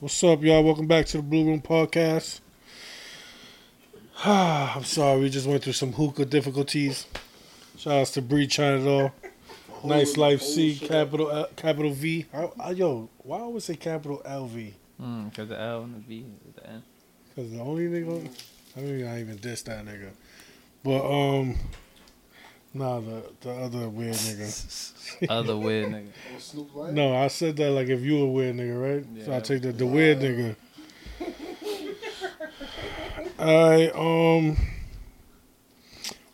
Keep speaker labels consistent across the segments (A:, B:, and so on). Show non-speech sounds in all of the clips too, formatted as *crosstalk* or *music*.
A: What's up, y'all? Welcome back to the Blue Room Podcast. *sighs* I'm sorry, we just went through some hookah difficulties. Shout outs to Bree China all. Nice Life C, capital L, capital V. I, I, yo, why I always say capital LV?
B: Because Hmm, the L and the V is at the end.
A: Because the only nigga, I mean, I even diss that nigga. But, um, nah, the, the other weird nigga.
B: Other weird nigga.
C: Oh, Snoop Lion?
A: No, I said that like if you a weird nigga, right? So I
B: Yeah.
A: take the, the weird nigga. Alright, um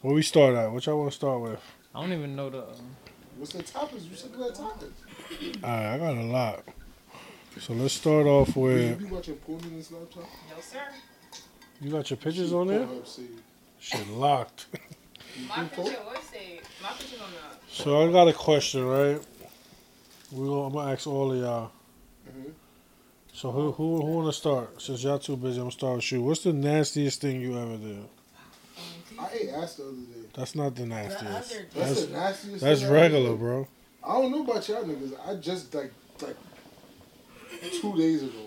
A: where we start at? What y'all wanna start with?
B: I don't even know the. um,
C: What's the topics? You should do that topic.
A: Alright, I got a lot. So let's start off
C: You
A: with
C: be watching porn in this laptop?
D: No, sir.
A: you got your pictures on there?
C: Pornhub saved.
A: Shit locked.
D: My
C: You think
D: picture was saved. My picture's on the.
A: So I got a question, right? We gonna, I'm gonna ask all of y'all.
C: Mhm.
A: So who who who wanna start? Since y'all too busy, I'm gonna start with you. What's the nastiest thing you ever did?
C: I ate ass the other day.
A: That's not the nastiest.
C: That's,
A: That's-
C: the nastiest
A: That's
C: thing I ever
A: regular,
C: did.
A: bro.
C: I don't know about y'all niggas. I just, like, like two days ago.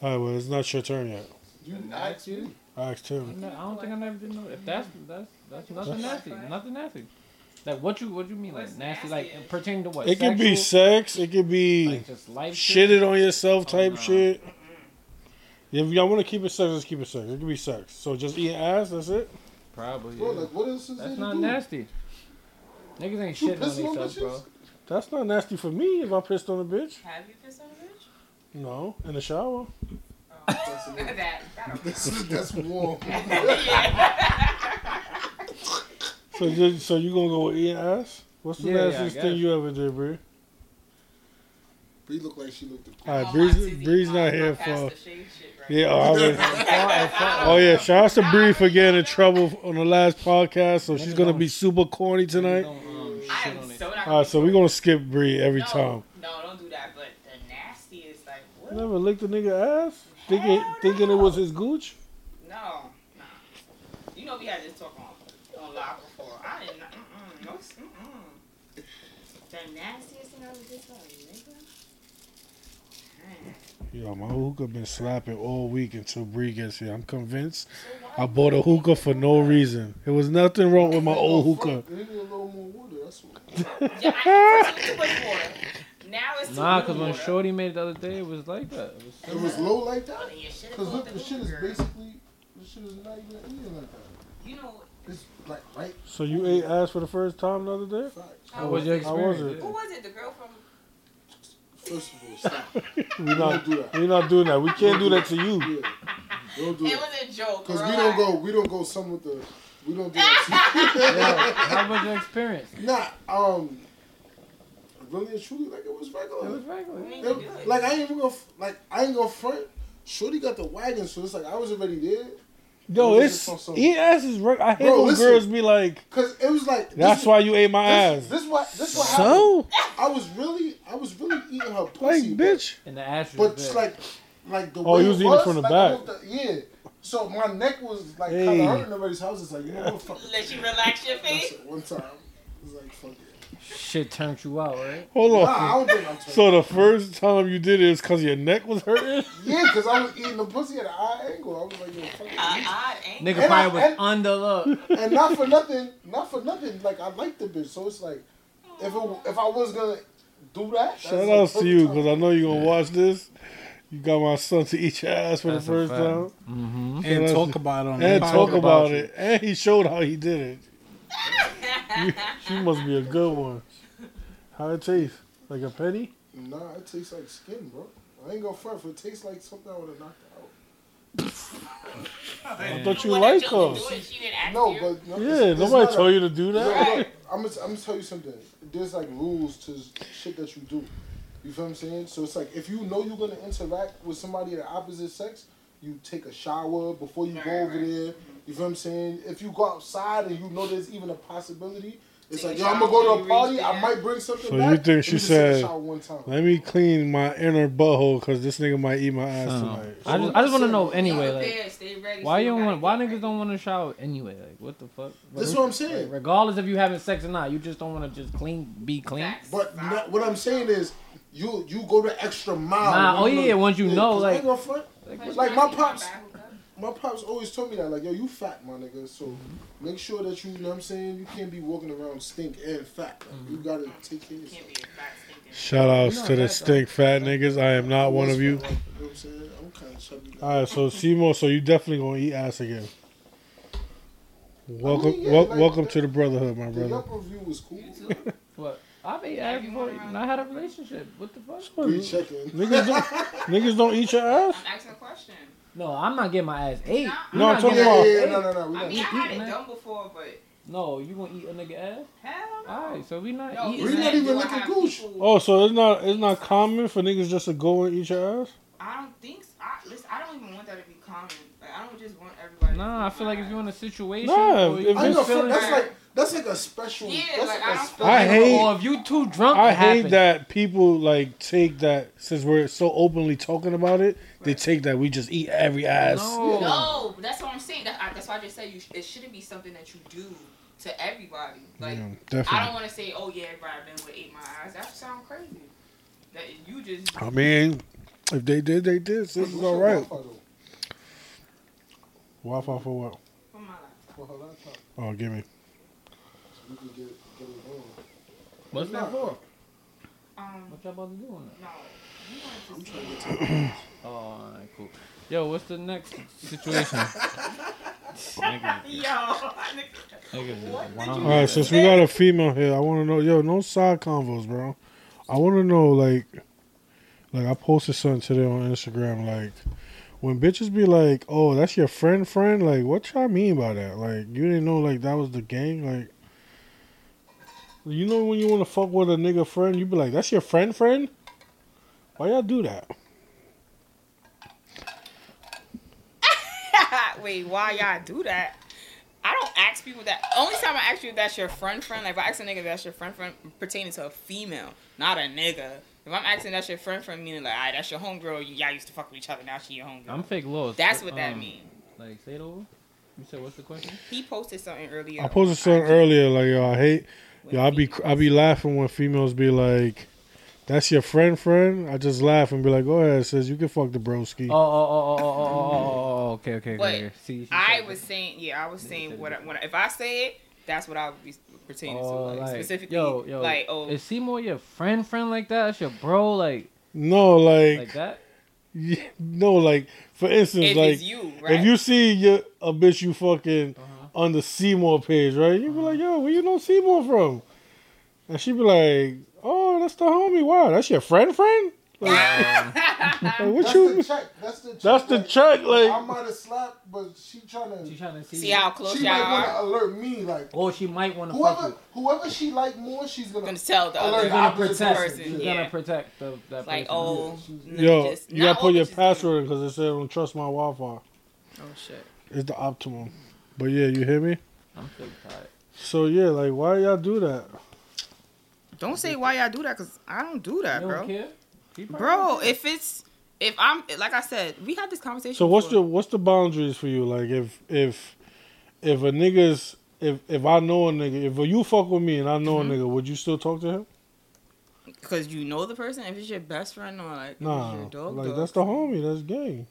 A: All right, well, it's not your turn yet.
C: You asked me?
A: I asked
B: I
A: him.
B: don't know- I don't think I never did know. If that's that's that's nothing nasty, nothing nasty. Like what you what you mean like
D: What's
B: nasty
D: nasty
B: like
D: is-
B: pertaining to what?
A: It could be
B: sexual?
A: sex. It could be
B: like just life shit.
A: shitted on yourself type
B: Oh, nah.
A: shit. If y'all want to keep it sex, let's keep it sex. It could be sex. So just eat ass. That's it.
B: Probably.
C: Bro,
B: yeah.
C: like, what is this?
B: That's
C: thing
B: not
C: to do?
B: nasty. Niggas ain't
C: You
B: shitting on
C: pissing on
B: themselves, bro.
C: bitches?
A: That's not nasty for me if I pissed on a bitch.
D: Have you pissed on a
A: No, in the shower.
C: That's, a
D: bitch?
C: nigga.
D: *laughs* that. That'll
C: *laughs*
D: be.
C: that's, that's warm. *laughs*
A: So you so you gonna go eat ass? What's the
B: Yeah, yeah, I
A: nastiest thing
B: guess.
A: you ever did, Bree?
C: Bree looked like she looked at
A: All right, Bree's, Bree's not here for. Yeah, oh, I would- Oh yeah, shout out to Bree for getting in trouble on the last podcast, so she's gonna be super corny tonight.
B: Don't, um,
D: I
B: shit
D: am
B: on it.
D: so not.
A: All right, so we're gonna skip Bree every
D: no,
A: time.
D: No, don't do that. But the nastiest, like, what? No.
A: Never licked a nigga ass, thinking
D: Hell
A: thinking it
D: no.
A: was his gooch.
D: Nah. You know, we had this talk on, on live before. I did not. Mm-mm, no, s- mm-mm. The nastiest thing I was just like, nigga. Man.
A: Yo, my hookah been slapping all week until Bree gets here. I'm convinced
D: So why
A: I
D: you
A: bought a hookah for no reason. It was nothing wrong with my old
C: Oh, fuck,
A: hookah.
C: They need a little more water. That's what.
D: Yeah, I first it was too much water. Now it's too
B: Nah,
D: little
B: cause when
D: water.
B: Shorty made it the other day, it was like that. It was so-
C: It was low like that?
D: Oh, then you should've
C: Because
D: bought
C: look, the shit is
D: Cougar.
C: basically, the shit is not even eating like that.
D: You know,
C: It's like right
A: So you ate ass for the first time the other day?
C: facts.
D: oh,
B: How was your
A: How was
B: experience?
A: it?
D: who was it? The girl from
C: First of all, stop.
A: We not
C: Don't do that.
A: we not doing that. We can't do that to you.
C: Yeah. Don't do
D: It
C: it.
D: was a joke.
C: Because we don't
D: relax.
C: go, we don't go some with the, we don't do that.
B: Yeah. How was your experience?
C: nah, um, really and truly, like it was
B: It
C: regular.
B: was regular.
D: We ain't
C: It-
D: do it.
C: like I ain't even gonna, f- like I ain't gonna front. Shorty got the wagon, so it's like I was already there.
A: Yo, it's eat ass is. Reg- I hate
C: Bro,
A: when
C: listen.
A: girls be like,
C: Cause it was like this
A: "That's
C: is-
A: why you ate my
C: This,
A: ass."
C: this what this what happened.
A: So,
C: I was really, I was really eating her
A: like,
C: pussy, but-
A: bitch.
B: And the ass was
C: But
B: big.
C: it's like, like the
A: Oh,
C: way
A: you was eating from the
C: like,
A: back.
C: it was the- yeah. So my neck was like
A: Hey.
C: kind of hurting already. So I was just like, you know what, fuck. it.
D: Let you relax your
C: That's
D: face.
C: it. One time, I was like, fuck it.
B: shit turned you out, right?
A: Hold on.
C: Nah, I don't think I'm. Trying.
A: So the first time you did it is because your neck was hurting.
C: yeah, because I was eating the pussy at an odd angle. I was like, yo, fuck
D: Uh,
C: it.
D: odd angle.
B: Nigga
C: And I-
B: probably was
C: and-
A: *laughs*
B: under look.
C: And not for nothing, not for nothing. Like I like the bitch, so it's like, if it, if I was gonna do that, that's
A: Shout
C: the
A: outs to
C: perfect
A: you
C: time.
A: because I know you're gonna watch this. You got my son to eat your ass for
B: That's a
A: the first
B: fact.
A: time
B: Mm-hmm.
A: So
E: and
A: that's-
E: talk about it on the
A: and
E: podcast.
A: talk about, it. and he showed how he did it.
C: *laughs*
A: You- she must be a good one. How it taste? Like a penny?
C: Nah, it tastes like skin, bro. I ain't gonna front. If it tastes like something, I would have knocked it out.
A: I thought you
D: What
A: like
D: that joke
A: her.
D: is doing, she didn't ask
C: No,
D: you.
C: but no, it's-
A: Yeah,
C: it's
A: nobody
C: not a-
A: told you to do
C: No,
A: that.
C: look, I'm gonna, I'm gonna tell you something. There's like rules to shit that you do. You feel what I'm saying? So it's like if you know you're gonna interact with somebody of the opposite sex, you take a shower before you go over there. You feel what I'm saying? If you go outside and you know there's even a possibility, it's
D: Take
C: like
D: a
C: yo, I'm gonna go to a
D: shower,
C: party.
D: reach
C: I
D: there.
C: might bring something.
A: So you
C: back.
A: think
C: Let me
A: she
C: just take a
A: said,
C: shower one time.
A: Let me clean my inner butthole because this nigga might eat my ass tonight.
B: I just, I just want to know
D: Y'all
B: anyway, like,
D: prepared, stay ready,
B: why
D: so
B: you don't
D: gotta
B: want, why
D: get
B: niggas
D: ready.
B: don't want to shower anyway? Like, what the fuck?
C: That's what I'm saying.
B: Regardless if you having sex or not, you just don't want to just clean, be clean.
D: Facts.
C: But not, what I'm saying is, you you go the extra mile.
B: Nah,
C: when
B: oh yeah, once you know,
C: 'cause I
B: like-
C: ain't gonna front.
D: First
C: like,
D: time
C: my
D: you come
C: pops-
D: back, hook up.
C: my pops always told me that, like, yo, you fat, my nigga. So make sure that you, you know what I'm saying, you can't be walking around stink and fat. Like, You gotta take care of yourself.
D: Can't be a fat stinking.
A: Shout outs
B: No,
A: to the
B: that's-
A: stink fat niggas. I am not one of you.
C: Like, know what I'm saying? I'm kind of chubby. now.
A: All right, so Seymour, so you definitely gonna eat ass again. Welcome,
C: I mean, yeah,
A: wel-
C: like-
A: welcome to the brotherhood, my
C: The
A: brother.
C: Yelp review was cool.
B: What? I've been asked before, and I had a relationship. What the fuck?
C: We checking.
A: Niggas don't, niggas don't eat your ass.
D: I'm asking a question.
B: No, I'm not getting my ass ate.
D: not-
B: You're
A: No, I'm
B: not
A: talking
B: getting-
A: about-
C: Yeah, yeah, no, no, no. We
D: I
C: not.
D: mean, I
B: eat,
D: had it
B: man.
D: done before, but
B: No, you gonna eat a nigga ass?
D: hell no.
B: Alright, so we not
D: No,
B: eating.
C: we
D: said,
C: not even
D: do I
C: looking
D: have
C: goosh.
D: people-
A: Oh, so it's not it's not common for niggas just to go and eat your ass.
D: I don't think. So. I, listen, I don't even want that to be common. Like, I don't just want everybody.
B: Nah, I feel like if you're in a situation,
A: Nah,
B: or
A: if-
B: you
A: if
C: I ain't
A: it's-
B: just
C: gonna front.
B: feeling,
C: That's
D: bad.
C: like that's like a special.
D: Yeah,
C: that's
D: like,
C: like,
D: I
C: a
D: don't
C: special.
A: I hate-
B: or if you too drunk,
A: I
B: it happens.
A: hate that people like take that since we're so openly talking about it. They
D: Right.
A: take that we just eat every ass.
B: No.
D: No, that's what I'm saying. That, I, that's why I just said you. sh- It shouldn't be something that you do to everybody. Like
A: Yeah,
D: I
A: definitely.
D: don't want to say, oh yeah, everybody been with ate my eyes. That sound crazy. That you just.
A: I mean, if they did, they did. This
C: What's
A: is
C: your
A: all right.
C: Wi-Fi though?
A: Wi-Fi for what?
D: for my life.
C: For her laptop, so
A: Oh, give me.
C: we can get get it going.
B: What's that for?
D: Um,
B: What y'all about to do on
D: no. You
C: I'm
D: wanted to
C: trying
D: see.
C: to get to
B: that? Oh, alright, cool. Yo, what's the next
D: *laughs*
B: situation? Nigga-
D: Yo, nigga.
B: nigga just
D: What did
B: wild.
A: All right, since we got a female here, I want to know, yo, no side convos, bro. I want to know, like, like I posted something today on Instagram, like, when bitches be like, "Oh, that's your friend, friend," like, what y'all mean by that? Like, you didn't know, like, that was the gang, like. You know when you want to fuck with a nigga friend, you be like, "That's your friend, friend." Why y'all do that?
D: *laughs* Wait, why y'all do that? I don't ask people that. Only time I ask you if that's your friend, friend. Like if I ask a nigga if that's your friend, friend, pertaining to a female, not a nigga. If I'm asking that's your friend, friend, meaning like, all right, that's your homegirl. y- Y'all used to fuck with each other. Now she your homegirl.
B: I'm fake lost.
D: that's what that
B: Um,
D: means.
B: Like, say it over. You said, what's the question?
D: He posted something earlier.
A: I posted something earlier, like, "Yo, I hate." Yo, I be cr- I be laughing when females be like, "That's your friend, friend." I just laugh and be like, "Go ahead, says you can fuck the broski."
B: Oh, oh, oh, oh, oh, oh, oh, oh, okay, okay,
D: But
B: okay. okay. See, she
D: I
B: said-
D: was saying, yeah, I was saying
B: said
D: what I, when I, if I say it, that's what I would be pertaining to,
B: Oh,
D: like,
B: like,
D: specifically,
B: yo, yo,
D: like oh,
B: Is Seymour your friend, friend like that? That's your bro, like,
A: No, like,
B: like that?
A: *laughs* yeah, no, like for instance,
D: if
A: like
D: it's you, right?
A: if you see your, a bitch you fucking
B: Uh-huh.
A: on the Seymour page, right? You be like,
D: Uh-huh.
A: "Yo, where you know Seymour from?" And she be like, "Oh, that's the homie. Wow, that's your friend, friend." Like, *laughs* like, what
C: That's
A: you?
C: the check. That's the check.
A: That's the
C: Like,
A: check. Like,
C: I might have slapped, but she trying to.
B: She trying to see.
D: see how close
C: She
D: y'all
C: might want
D: are,
C: to alert me, like
B: Or she might want to fuck
C: whoever
B: with.
C: whoever she like more, she's gonna.
D: gonna tell the
C: I
D: other
B: She's
C: learned
B: gonna
C: opposite
B: protect.
D: person,
B: she's
D: yeah.
B: gonna protect the, that person.
D: like oh, no,
A: yo,
D: just-
A: you gotta
D: not
A: put
D: all
A: your
D: bitches do.
A: password in because it said don't trust my Wi-Fi.
D: Oh shit.
A: It's the optimum. But yeah, you hear me?
B: I'm so tired.
A: So yeah, like why y'all do that?
D: Don't say why y'all do that, cause I don't do that,
B: You
D: bro.
B: don't care? She probably
D: Bro,
B: don't care.
D: if it's if I'm like I said, we had this conversation.
A: So what's the
D: before.
A: what's the boundaries for you? Like if if if a nigga's if if I know a nigga, if you fuck with me and I know
D: Mm-hmm.
A: a nigga, would you still talk to him?
D: Cause you know the person. If it's your best friend or like if it's
A: Nah,
D: your dog,
A: like
D: dog.
A: that's the homie, that's gang.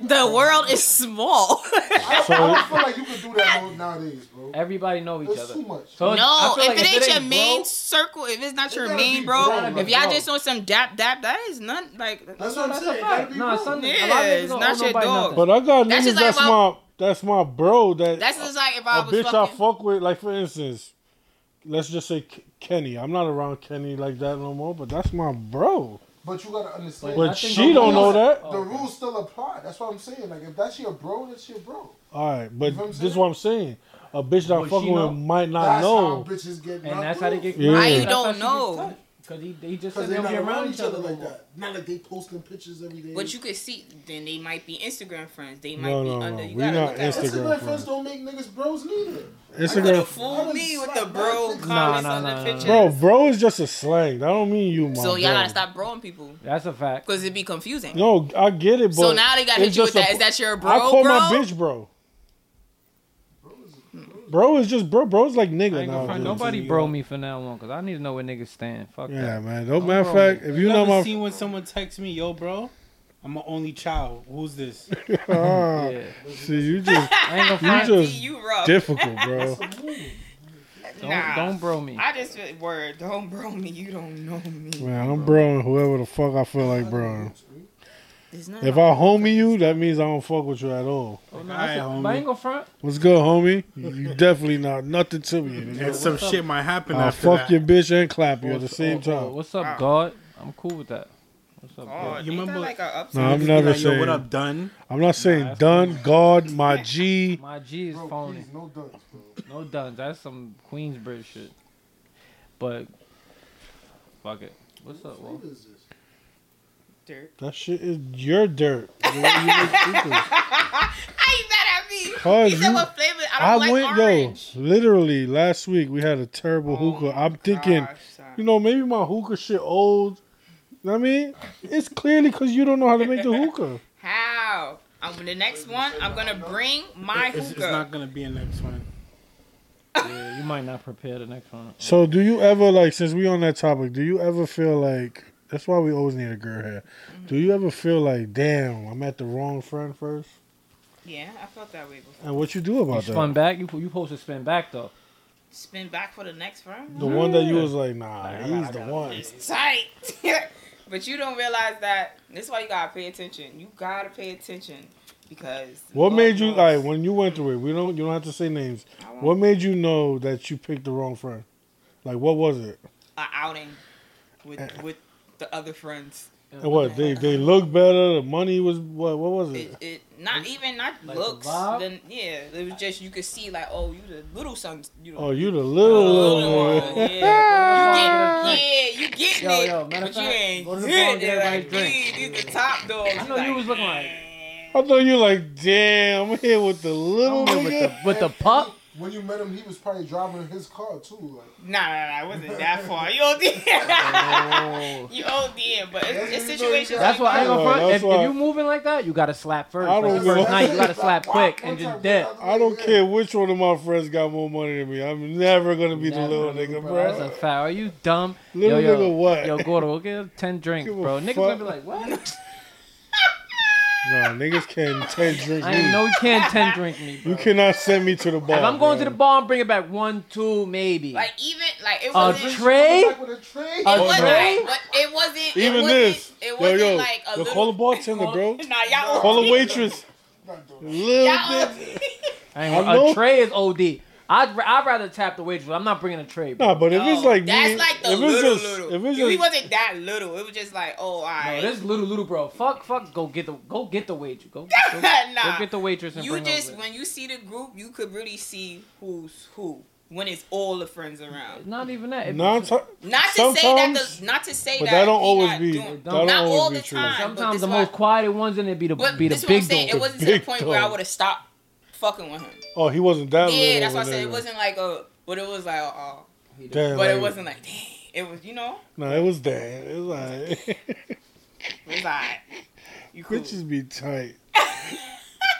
D: the world is small. *laughs*
C: I,
A: So-
C: *laughs* I don't feel like you can do that mo- nowadays, bro.
B: everybody know each
C: It's
B: other.
C: too much.
B: So it's- I
D: No,
B: feel
D: if
B: like
D: it ain't your
B: bro-
D: main circle, if it's not
C: It
D: your
C: gotta
D: main
C: be
D: bro,
C: bro,
D: if
C: like
D: y'all
C: bro.
D: just on some dap dap, that is not like
C: That's
B: No,
C: what I'm
B: that's a
C: saying.
B: fact.
C: Gotta be
B: No,
C: bro.
B: some
D: Yeah,
B: a lot of niggas
D: it's
B: don't
D: not
B: owe
D: your
B: nobody
D: dog.
B: nothing.
A: But I got
D: That's
A: niggas
D: just like
A: that's
D: why-
A: my that's my bro that
D: that's just like if
A: a
D: I was
A: bitch I
D: fucking.
A: fuck with, like for instance, let's just say K- Kenny. I'm not around Kenny like that no more, but that's my bro.
C: But you gotta understand.
A: But
B: I think
A: she
B: the
A: don't know
B: rules-
A: that.
B: Oh,
C: the
B: okay.
C: rules still apply. That's what I'm saying. Like if that's your bro, that's your bro.
A: All right, but
C: You know what I'm
A: this is
C: saying?
A: what I'm saying. A bitch that I
B: Would
A: fuck
B: she
A: with
B: know?
A: might not
C: That's
A: know.
C: how bitches get.
B: And that's how they get.
A: Yeah. Why you
B: That's how
D: don't
B: she gets
D: know?
B: tight. Cause he, he just
C: Because
B: said they
C: they're
B: don't
C: not
B: be
C: around each other like that. Not like they posting pictures every day.
D: But you could see, then they might be Instagram friends. They might
A: No,
D: be
A: no,
D: under.
A: no.
D: You
A: We
D: gotta
A: not
D: look at
A: Instagram
D: it.
C: Instagram
A: friends.
C: friends don't make niggas bros neither.
D: You could
A: Instagram,
D: have fooled me with the bro comments
B: Nah, nah,
D: on the
B: nah, nah.
D: pictures.
A: bro, bro is just a slang. That don't mean you, my
D: so y'all
A: bro.
D: gotta stop broing people
B: That's a fact.
D: because it'd be confusing.
A: No, I get it, but
D: so now they gotta
A: it's
D: hit you with
A: just a-
D: that. Is that your bro,
A: I call
D: bro?
A: my bitch bro.
C: Bros, bros
A: Bro is just bro. Bro's like
B: I
A: nigga
B: ain't gonna
A: now.
B: front.
A: dude.
B: Nobody bro me for now on because I need to know where niggas stand. Fuck
A: Yeah,
B: that.
A: man. No
B: Don't
A: matter of
B: bro me.
A: fact, if you know
E: never
A: my, *laughs*
E: seen when someone texts me, "Yo, bro, I'm an only child. Who's this?"
A: Ah,
B: Yeah.
A: see, you
D: *laughs*
A: just
B: I ain't gonna
A: you
B: front.
A: just
D: you rough.
A: difficult,
D: *laughs*
A: bro.
B: Don't,
D: nah.
B: don't bro me.
D: I just feel- word. Don't bro me. You don't know me.
A: Man, I'm broing whoever the fuck I feel like broing.
D: It's not
A: If I homie you, that means I don't fuck with you at all.
B: Oh, no,
E: All right,
B: I, said,
E: homie.
B: but I ain't gonna front.
A: What's good, homie? You- You definitely not nothing to me.
E: And
A: nigga.
E: some shit might happen
A: I'll
E: after
A: fuck
E: that.
A: your bitch and clap you at the
E: What's-
A: same
B: Oh,
A: time.
B: what's up,
D: Wow.
B: God? I'm cool with that. What's up,
D: Oh,
B: God?
D: ain't
E: You remember-
D: that like a
A: No, I'm
E: Niggas be
A: never
E: like, Yo,
A: saying-
E: what up, done?
A: I'm not saying done, God, my G.
B: My G is
C: Bro,
B: phony.
C: please, no dunks, bro.
B: No duns. That's some Queensbridge shit. But fuck it. What's up, Walt?
C: What is this?
D: dirt?
A: That shit is your dirt. What you think it is?
D: How you mad at me?
A: Cause
D: he said
A: you-
D: what flavor? I
A: I
D: don't like
A: went
D: orange.
A: yo. Literally last week we had a terrible
D: Oh
A: hookah.
D: my
A: I'm thinking,
D: gosh, son.
A: you know, maybe my hookah shit old. You know what I mean, it's clearly because you don't know how to
D: *laughs*
A: make the hookah.
D: How? I'm the next one. I'm gonna bring my
E: It's, it's
D: hookah.
E: not gonna be a next one.
B: Yeah, you might not prepare the next one.
A: So do you ever like, since we on that topic, do you ever feel like that's why we always need a girl here? Do you ever feel like, damn, I'm at the wrong friend first?
D: Yeah, I felt that way before.
A: And what you do
B: You
A: about that?
B: spun back. You you supposed to spin back though.
D: Spin back for the next round.
A: The one that you
B: Yeah.
A: was like, nah, he's the one.
D: It's tight. *laughs* but you don't realize that. That's why you gotta pay attention. You gotta pay attention because.
A: What
D: Lord
A: made you
D: knows-
A: like when you went through it? We don't. You don't have to say names.
D: I want
A: What made you know that you picked the wrong friend? Like, what was it?
D: a outing with with the other friends?
A: And what they they look better. The money was what? What was
D: It,
A: it?
D: it not even not
B: Like the
D: looks.
B: vibe?
D: Then yeah, it was just you could see like oh you the little son. You know,
A: Oh, you the little
D: little
A: little
D: one,
A: one.
D: Yeah,
B: I
D: yeah, you getting
B: Yo,
D: it,
B: yo, matter
D: but
B: of
D: you
B: fact,
D: ain't
B: go to the bar and
D: good.
B: get
D: They're
B: everybody
D: like,
B: a drink.
D: "Dude, these the top dogs.
B: know you was looking like
A: *laughs* I know you like, damn, I'm here with the little
B: with the
A: nigga.
B: with the
A: *laughs*
B: pup.
C: When you met him, he was probably driving his car too. Like,
D: Nah, nah, nah, it wasn't that far. You *laughs* OD. you OD, but it's, it's situations
B: Oh, That's why I
D: like
B: ain't
A: Yeah,
B: gonna front.
A: that's
B: If, if
A: why-
B: you moving like that, you gotta slap first.
A: I
B: Like,
A: don't
B: the
A: give
B: first
A: a-
B: night, you
A: *laughs*
B: gotta slap quick
C: One
B: and
C: time,
B: just dead.
C: the other
A: I don't
C: way,
A: care which one of my friends got more money than me. I'm never gonna be the
B: Never.
A: little nigga, bro.
B: That's a foul. Are you dumb?
A: Little
B: yo, yo,
A: nigga what?
B: Yo, Gordo, go get him ten drinks,
A: Give a
B: bro. Niggas gonna be
A: fuck.
B: like, what?
A: Nah, niggas can't
B: *laughs*
A: ten drink
B: I ain't
A: me.
B: know you can't ten drink me, bro.
A: You cannot send me to the bar.
B: If I'm going to
A: bro.
B: the bar, I'm bringing back one, two, maybe.
D: Like even like it
B: a
D: wasn't.
B: tray?
C: Back with a train.
B: Uh,
D: it wasn't,
B: tray?
D: but it wasn't.
A: Even
D: it wasn't,
A: this.
D: It
A: yo,
D: wasn't
A: yo,
D: like a
A: yo,
D: little.
A: call a bartender, bro.
D: *laughs* Nah, y'all.
A: Call a
D: OD.
A: waitress.
C: Not doing it.
A: Little bit.
D: Y'all OD.
B: I ain't-
A: I
B: a
A: know-
B: tray is OD. I'd, ra- I'd rather tap the waitress. I'm not bringing a tray. Bro.
A: Nah, but if it's
D: No,
A: like
D: that's
A: me,
D: like the
A: if it's
D: little
A: just,
D: little.
A: if it's
D: he
A: just,
D: wasn't that little. It was just like oh,
B: No,
D: alright. *laughs*
B: this little little bro. Fuck, fuck. Go get the go get the waitress. Go, go,
D: Nah.
B: go get the waitress and
D: you
B: bring
D: just
B: over.
D: when you see the group, you could really see who's who when it's all the friends around.
B: Not even that. If
A: non-
B: it's-
D: Not to say that
A: Sometimes,
D: the not to say
A: but
D: that
A: that don't
D: he
A: always
D: not
A: be
D: doing-
A: that
B: Not
A: don't
D: not all
A: always
D: the
A: be true.
D: time. but
B: sometimes
D: this
B: the
D: why-
B: most quiet ones in there be the
D: But
B: be
D: this
B: the
D: what I'm
B: big
D: saying.
B: dog.
D: It wasn't to the
A: *laughs* big
D: point where I
A: dog.
D: would have stopped fucking with him.
A: Oh, he wasn't that little.
D: Yeah, that's why I
A: of a
D: said it
A: nigga.
D: wasn't like a, but it was like, oh,
A: Damn,
D: but
A: like-
D: it wasn't like, dang, it was, you know,
A: No, it was that. It was like *laughs*
D: it was like, you cool.
A: bitches be tight.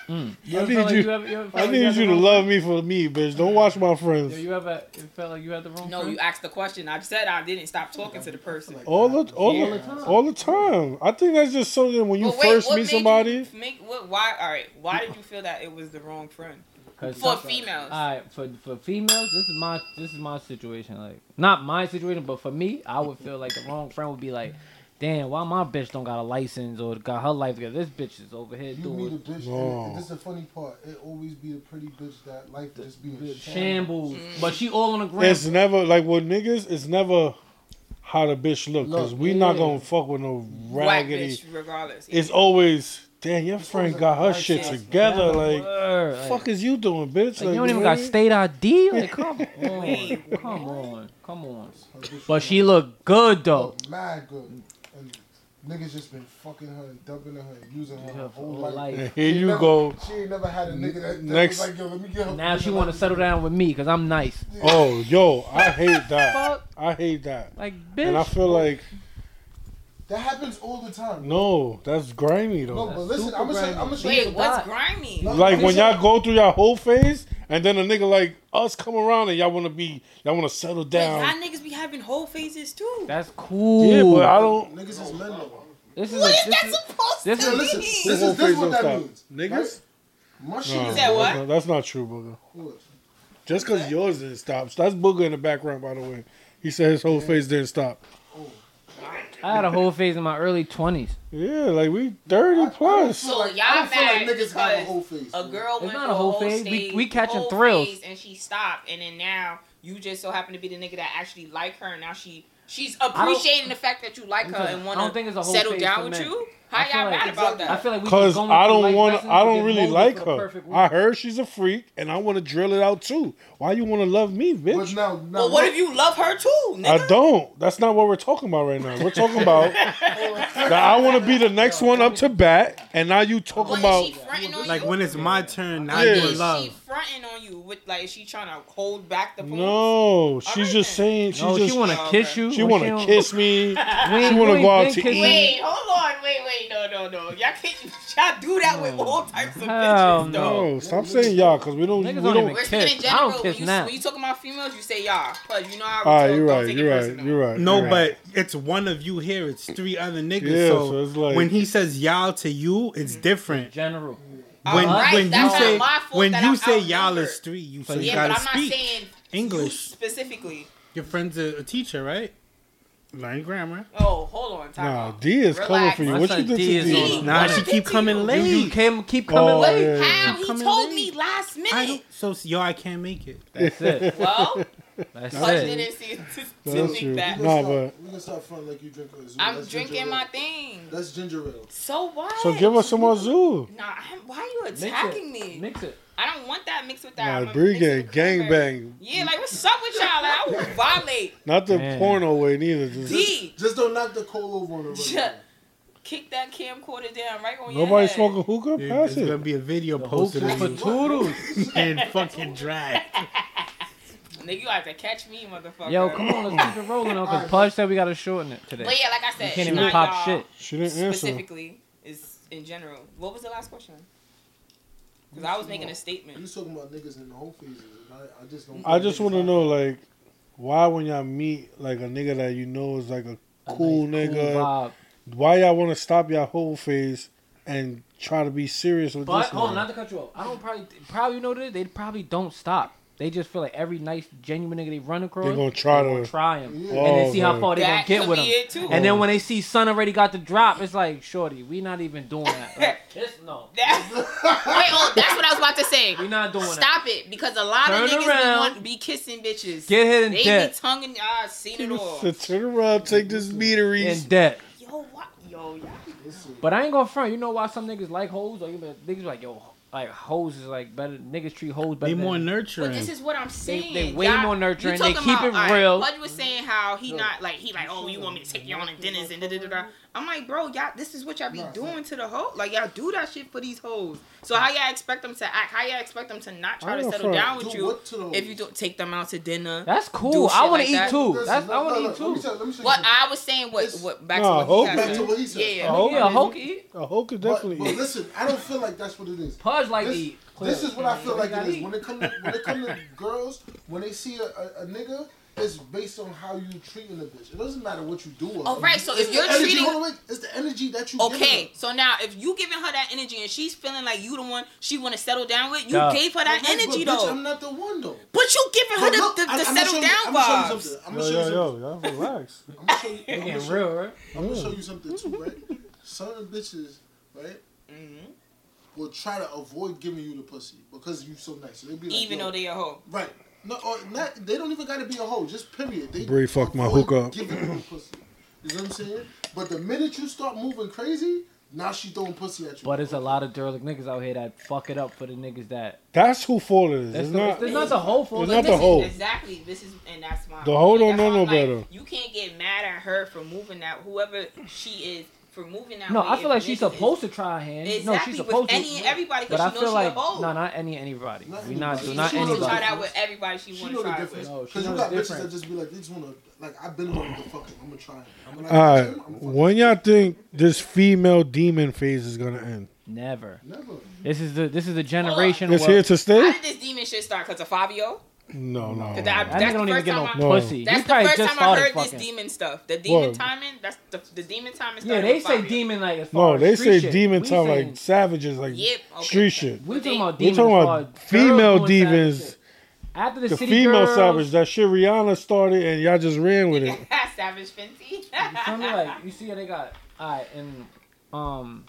B: Mm.
A: I
B: ever
A: need
B: felt like
A: you-
B: ever- ever felt
A: I
B: like had
A: need
B: the
A: you to
B: wrong-
A: love me for me, bitch. Don't watch my
B: Yo,
A: friends.
B: You ever it felt like you had the wrong?
D: No,
B: friend?
D: you asked the question. I said I didn't stop talking to the person.
A: All the all,
B: Yeah.
A: the time. all the time. I think that's just something when you
D: But wait,
A: first
D: what
A: meet
D: made you
A: somebody.
D: make what? Why? All right, why did you feel that it was the wrong friend
B: 'Cause
D: for
B: some-
D: females?
A: Ah,
B: All right, for for females, this is my this is my situation. Like, not my situation, but for me, I would feel like the wrong friend would be like, "Damn, why my bitch don't got a license or got her life together? This bitch is over here
C: You meet a
B: doing
C: bitch,
A: No.
C: and this is the funny part. It always be the pretty bitch that life just be a sham.
B: shambles, but she all on the ground."
A: It's never like with niggas. It's never how the bitch look because
B: Look,
A: we not
B: yeah.
A: gonna fuck with no
D: Whack
A: raggedy.
D: bitch, regardless.
A: It's always damn. Your friend got her shit
C: Yeah.
A: together. Like,
B: Word, like,
A: fuck is you doing, bitch?
B: like, you don't even got
A: really? *laughs*
B: state ID. Like, come *laughs* on,
D: Wait,
B: come on, come on.
C: Her bitch
B: But she look good though.
C: look mad good, and niggas just been fucking her and dumping her and using her her
B: Her
C: whole
B: whole
C: life.
A: And
B: life.
A: here
C: She
A: you
C: never-
A: go.
C: She ain't never had a nigga that, that
A: Next-
C: was like, yo, let me get her.
B: Now she want to settle down with me, cause I'm nice.
A: Oh, yo, I hate that.
B: Fuck,
A: I hate that.
B: like bitch.
A: And I feel like
C: That happens all the time. No,
A: no, that's grimy
C: no
A: though.
C: but listen,
B: super
C: I'm gonna say,
B: grimy.
C: I'm gonna
B: She
C: say,
D: Wait,
B: forgot.
D: what's grimy?
C: No,
A: Like when y'all go through your whole phase and then a nigga like us come around and y'all want to be y'all want to settle down.
D: Y'all niggas be having whole faces too.
B: That's cool.
A: yeah, but I don't.
C: Niggas is men though.
B: This is
D: what
B: a,
D: is
B: this
D: that
B: is,
D: supposed
B: this
C: Yeah,
D: to
B: is-
C: listen.
D: mean?
C: This is
A: Whole
C: this
A: face
C: is what
A: don't
C: that
A: stop.
C: means.
A: Niggas?
C: Right? My shit
A: No,
C: is
D: that what?
A: That's not, that's not true, Booger.
C: what?
A: Just because yours didn't stop. That's Booger in the background, by the way. He said his whole face didn't stop.
B: I had a whole phase in my early twenties.
A: Yeah, like we 30 plus.
D: So
C: I
D: y'all
C: don't feel like
D: mad
C: niggas have a whole
D: because
C: face.
D: a
C: man.
D: girl
B: It's
D: went
B: not
D: through
B: a whole phase. We-
D: stage,
B: we catching
D: whole
B: thrills.
D: phase, and she stopped, and then now you just so happen to be the nigga that actually like her, and now she she's appreciating the fact that you like
B: I'm
D: her
B: telling-
D: and
B: I don't
D: want
B: think it's a
D: to
B: whole
D: settle
B: phase for
D: down with
B: men.
D: you.
B: I
D: How
B: feel
D: y'all
B: like-
D: mad about that?
B: I feel like we
A: Cause
B: going
A: I
B: through
A: don't
B: life
A: want to.
B: lessons
A: I
B: to
A: don't
B: get
A: really
B: molded
A: like
B: for the
A: her.
B: perfect woman.
A: I heard she's a freak, and I want to drill it out too. Why you want to love me,
C: But
A: bitch?
C: now, now
D: well, what
C: look.
D: if you love her too, nigga?
A: I don't. That's not what we're talking about right now. We're talking about that I want to be the next one up to bat, and now you talking
D: Well,
A: about
D: is she fronting on
E: Like
D: you?
E: when it's my turn, now
A: Yeah.
E: you
D: is
E: in
D: she
E: love.
D: fronting on you with like? Is she trying to hold back the point?
A: no. She's
D: right
A: just
D: then.
A: saying. She's
B: No,
A: just.
B: she want to
D: Oh,
B: kiss
D: okay.
B: you.
A: She
B: or
A: want
B: don't-
A: to kiss
B: *laughs*
A: me.
B: We ain't-
A: She want
B: we
A: to
B: ain't
A: go out
B: been
A: to
B: kissing.
A: eat.
D: Wait, hold on, wait, wait, no, no, no. Y'all can't, y'all do that with all types of
B: Hell
D: bitches, though.
A: No, stop saying y'all, cause we don't. we
B: Niggas don't
A: don't.
B: even-
D: We're speaking in
B: Kiss. I don't
D: general.
B: kiss
D: when, you,
B: now.
D: when you talking about females, you say y'all, cause you know how.
A: All right,
D: don't-
A: you're
D: don't
A: right.
D: take it
A: You're right.
D: personal.
A: You're right.
E: No,
A: you're right.
E: but it's one of you here. It's three other niggas.
A: Yeah,
E: so
A: so it's like-
E: when he says y'all to you, it's different.
B: General.
E: When
D: Alright,
E: when you
D: that's not
E: say
D: my fault
E: when
D: that
E: you
D: I'm
E: say y'all
D: outnumbered.
E: is three, you so
B: But
E: you
D: Yeah,
E: gotta
D: but I'm not
E: speak
D: saying you
E: English.
D: specifically.
E: Your friend's a, a teacher, right? Learn grammar.
D: Oh, hold on, time
A: Nah,
D: out.
A: D is coming
D: Relax.
A: for you.
B: My
A: What you
B: son
A: did to
B: D is
A: D?
B: on-
E: Nah,
D: What
E: she
D: did
E: keep
D: you
E: coming
D: do?
B: You, you
E: late.
B: came, keep coming
A: Oh,
B: late.
A: yeah.
D: How he
E: Coming
D: told
E: late.
D: me last
E: I don't,
D: minute.
E: so yo, I can't make it.
B: That's it.
A: *laughs*
D: Well,
B: That's
D: I
B: it.
D: didn't see to, to
A: That's true.
D: think that.
C: We
A: Nah,
C: can stop-
A: but-
C: we can stop front like you drink Azul.
D: I'm
C: That's ginger
D: drinking my
C: ale.
D: thing.
C: That's ginger ale.
D: So what?
A: So give us some more zoo.
D: Nah, I'm, why are you
B: Mix
D: attacking
B: it.
D: me?
B: Mix it.
D: I don't want that mixed with that.
A: Nah,
D: I'm gonna
A: Bree
D: mix it
A: gang
D: with
A: gang
D: cranberry.
A: bang.
D: Yeah, like what's up with y'all? Like I
A: *laughs*
D: will violate. *laughs*
A: Not the
B: Man.
A: porno way neither. Just,
D: D,
C: Just don't knock the coal over on the
D: just *laughs*
C: road.
D: kick that camcorder down right on your
A: nobody
D: head.
A: smoking hookah.
E: Dude,
A: Pass
E: There's gonna
A: it.
E: be a video
B: The
E: posted
B: hookah
E: of
B: for
E: you
C: *laughs*
E: *laughs*
B: toodles.
E: and fucking drag.
D: Nigga, you have to catch me, motherfucker.
B: Yo, come on, let's keep it rolling on. Cause Pudge said we gotta shorten it today.
D: But yeah, like I said,
B: You can't
D: it's
B: even
D: not
B: pop
D: y'all
B: shit.
A: She didn't answer.
D: specifically. It's in general. What was the last question? Because I was making a
C: You
D: statement.
C: talking about niggas in the whole phases. And I, I just don't.
A: I just want to know like why when y'all meet like a nigga that you know is like a cool
B: Nice, cool
A: nigga,
B: vibe.
A: why y'all want to stop y'all whole phase and try to be serious with
B: But
A: this?
B: hold on,
A: nigga?
B: not to cut you off. I don't probably probably you know this. They probably don't stop. They just feel like every nice genuine nigga they run across,
A: They gonna try to-
B: gonna try him,
C: Yeah.
B: and then
A: Oh,
B: see how
A: man.
B: far they gonna
D: That
B: get
D: could
B: with
D: be
B: him.
D: it too.
B: And then when they see Sun already got the drop, it's like, shorty, we not even doing that. Like, *laughs* kiss no,
D: That, *laughs* wait, oh, that's what I was about to say.
B: we not doing that.
D: Stop it, because a lot
B: Turn
D: of niggas be,
B: around.
D: want, be kissing bitches.
B: Get hit in
D: they be
B: debt.
D: tonguing. I seen it all.
A: So turn around, take this
B: In
A: meateries.
B: debt.
D: Yo, what? Yo, y'all
B: But I ain't gonna front. You know why some niggas like hoes? Or even niggas like yo, like hoes is like better. Niggas treat hoes better.
E: Be more
B: than,
E: nurturing.
D: But this is what I'm saying.
B: they way more nurturing.
D: you
B: They
D: talking
B: keep it
D: alright,
B: real.
D: Pudge was saying how he not like he like oh you want me to take you on a dinners and da da da. da. I'm like bro y'all this is what y'all be doing to the hoe like y'all do that shit for these hoes. So how y'all expect them to act? How y'all expect them to not try
A: I
D: to
A: don't
D: settle
A: fuck-
D: down with
C: Do
D: you
C: what to the
D: if you don't take them out to dinner?
B: that's
D: Do
B: cool.
D: shit
B: I want
D: like
B: to eat
D: that.
B: too.
C: Listen,
B: That's I
C: look,
B: want to
C: look,
B: eat
C: look, Let me
B: too.
C: tell, let me tell
D: What
C: you something.
D: I was saying what what back
A: Nah,
D: to what
A: hoe
D: he
C: back to
D: said.
C: what he said.
D: Yeah.
A: Hoe
B: Yeah,
A: nigga.
B: hoe can eat.
A: A hookah
C: But,
A: definitely.
B: *laughs*
C: but
A: is.
C: listen, I don't feel like that's what it is.
B: Pudge like to
C: This,
B: eat.
C: this is what I feel like
B: Clearly.
C: it is when it come to, when it come to girls when they see a, a, a nigga. It's based on how you treating the bitch. It doesn't matter what you do.
D: All Oh, right, so if you're
C: energy,
D: treating-
C: hold on, wait, it's the energy that you giving her.
D: Okay, so now if you giving her that energy and she's feeling like you the one she want to settle down with, you
B: Yeah.
D: gave her that
C: But bitch,
D: energy
C: but bitch,
D: though.
C: I'm not the one though.
D: But you giving her
C: But
D: the,
C: look,
D: the,
C: I-
D: the
C: I'ma
D: settle
C: show you-
D: down
C: I'ma
D: vibes.
C: show you something. I'ma
A: Yo,
C: show
A: yo,
C: you something.
A: yo, y'all relax.
C: I'ma
A: *laughs*
C: show you- I'ma
B: Getting
C: show-
B: real, right?
C: I'm gonna
A: Mm.
C: show you something too, right? Some of the bitches, right,
D: Mhm.
C: will try to avoid giving you the pussy because you so nice. So they be like,
D: Even
C: yo,
D: though they a hoe.
C: right, no, or not, they don't even gotta be a hoe. Just period. They
A: Bree fucked my
C: avoid
A: hook up.
C: Giving you the pussy. You know what I'm saying? But the minute you start moving crazy, now she throwing pussy at you.
B: But it's a lot of derelict niggas out here that fuck it up for the niggas that.
A: That's who fault it is.
B: That's
A: It's
B: the,
A: not.
B: it's not the whole fault.
A: it's not the
D: This is
A: hoe.
D: Exactly. This is and that's my
A: The hoe don't
D: that's
A: know
D: why I'm
A: no
D: like,
A: better.
D: You can't get mad at her for moving out whoever she is for moving out.
B: No, I feel like she's supposed to try her hand.
D: Exactly,
B: no, she's supposed
D: with any
B: to.
D: and everybody
B: but
D: because
B: I
D: she knows
B: feel
D: she
B: like
D: a hoe.
B: no, not any anybody.
C: Not
B: we not
C: anybody.
B: do
D: she
B: not
D: knows to try
B: anybody.
D: that with everybody she
C: She
D: want
C: know
D: to
C: the
D: try it
C: difference.
D: with.
B: No, she
C: Cause you
B: knows
C: got bitches
B: different.
C: that just be like, they just wanna like I've been wanting to fuck him. I'm
A: Uh,
C: gonna try him. I'm gonna
A: All right.
C: I'm gonna fuck him.
A: When y'all think this female demon phase is gonna end?
B: Never.
C: Never.
B: This is the this is the generation
A: It's
B: where
A: here to
D: How
A: stay?
D: did this demon shit start? Cause of Fabio?
A: No, no.
D: Did I-
A: no.
B: that
D: That's
B: nigga don't
D: the
B: even get no
D: first time
A: I-
B: pussy.
D: That's
B: you
D: the
B: probably
D: first
B: just
D: time I
B: started
D: heard
B: fucking.
D: this demon stuff. The demon
A: What?
D: timing. That's the the demon timing.
B: yeah,
D: started
B: they
D: with
B: say
D: Fabio.
B: demon like as far
A: No,
B: as
A: they
B: street
A: say
B: shit.
A: demon
B: We
A: talk
B: saying-
A: like savages, like
D: Yep, okay.
A: street shit.
B: We talking about
A: We
B: demons.
A: talking
B: as
A: about
B: far as
A: female
B: girls doing savage
A: demons.
B: shit. After the,
A: The
B: city
A: female
B: girls,
A: savage, that shit Rihanna started and y'all just ran with it.
B: *laughs*
D: *laughs* Savage Fenty.
B: You feel me? Like you see how they got alright and um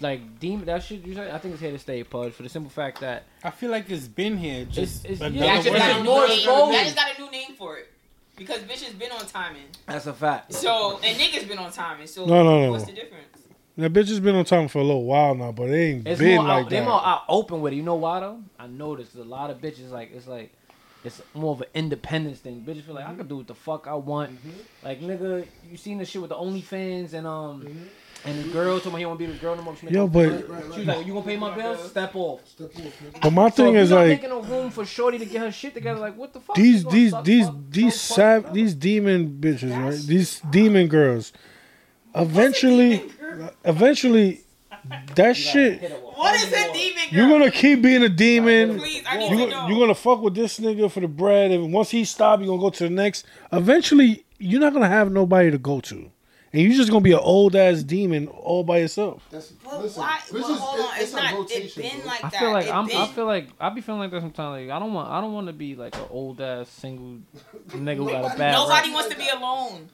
B: like demon that shit you said I think it's here to stay, Pudge, for the simple fact that
E: I feel like it's been here. Just
B: it's-
E: another
B: yeah,
D: Y'all
B: it's
D: just, got a
E: word.
D: new
B: more
D: name.
B: exposed.
D: Y'all just got a new name for it because bitch has been on timing.
B: that's a fact.
D: So and niggas been on timing. So
A: No, no, no.
D: What's the difference?
A: That bitch has been on time for a little while now, but it ain't
B: It's
A: been
B: more
A: like
B: out,
A: that.
B: they more out open with it. You know why though? I noticed a lot of bitches like it's like it's more of an independence thing. Bitches feel like
A: Mm-hmm.
B: I can do what the fuck I want. Like nigga, you seen the shit with the OnlyFans and um and the girl told me he won't be with girl no more. She make-
A: Mm-hmm. Yo, but
B: *laughs* she was like, you gonna pay my bills? Step off.
C: Step off, nigga.
A: but my
B: So
A: thing
B: if
A: is
B: you're not
A: like
B: making a room for Shorty to get her shit together. Like what the fuck?
A: these
B: You gonna
A: these
B: suck
A: these
B: fuck,
A: these
B: throw fuck,
A: sab- these demon bitches, right? These demon girls. Eventually, eventually, that shit.
B: hit her with
D: What is
B: one
D: a
B: more.
D: demon?
A: You're gonna keep being a demon.
D: Please, Oh, I need
A: You
D: to know.
A: you're gonna fuck with this nigga for the bread, and once he stop, you're gonna go to the next. Eventually, you're not gonna have nobody to go to, and you're just gonna be an old ass demon all by yourself.
C: That's
D: But
C: listen.
D: why?
C: this
D: Well,
C: is,
D: hold
C: it-
D: on. It's,
C: a
D: not. It's
C: rotation,
D: been
C: bro.
D: like
B: I
D: that.
B: feel like
D: It
B: I'm.
D: been.
B: I feel like I be feeling like that sometimes. Like I don't want. I don't want to be like an old ass single nigga who got a bad.
D: Nobody
B: rep.
D: wants to be alone.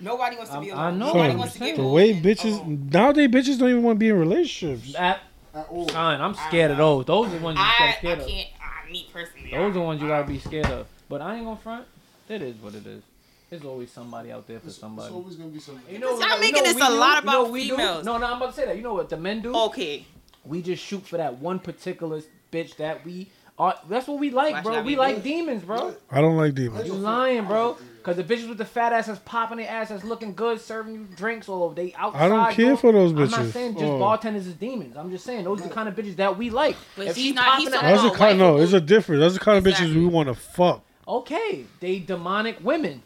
D: Nobody wants to be
B: I'm-
D: alone.
B: I know.
D: Nobody
A: Son,
D: wants to get
A: the
D: moved
A: way
D: and
A: bitches
D: alone.
A: nowadays, bitches don't even want to be in relationships.
B: That-
C: At all.
B: son, I'm scared of those. Those are the ones you
D: I,
B: gotta
D: I
B: scared
D: can't.
B: of.
D: I, me personally.
B: Those are the ones you
D: I-
B: gotta be scared of. But I ain't gonna front. It is what it is. There's always somebody out there for
C: It's, it's
B: somebody.
C: always gonna be somebody.
B: You know,
D: Y'all
B: you know
D: making this
B: we
D: a
B: do?
D: lot
B: You know
D: about
B: we do?
D: females.
B: No, no, I'm about to say that. You know what the men do?
D: Okay.
B: We just shoot for that one particular bitch that we are. That's what we like,
D: Why should
B: bro.
D: I
B: We
D: be
B: like
C: good?
B: demons, bro.
A: I don't like demons.
B: You lying, bro? Cause the bitches with the fat ass that's popping their ass, that's looking good, serving you drinks, or they outside.
A: I don't care
B: yo.
A: for those
B: I'm
A: bitches.
B: not saying just
A: Oh.
B: bartenders is demons. I'm just saying those are the kind of bitches that we like.
D: But
B: if
D: he's
B: she
D: not-
B: popping
D: he's
B: her
D: talking
A: That's
B: ass,
A: the
D: No,
A: kind.
D: white
A: No, it's a difference. That's the kind of bitches
D: Exactly.
A: we want to fuck.
B: okay, they demonic
C: *laughs*
B: women.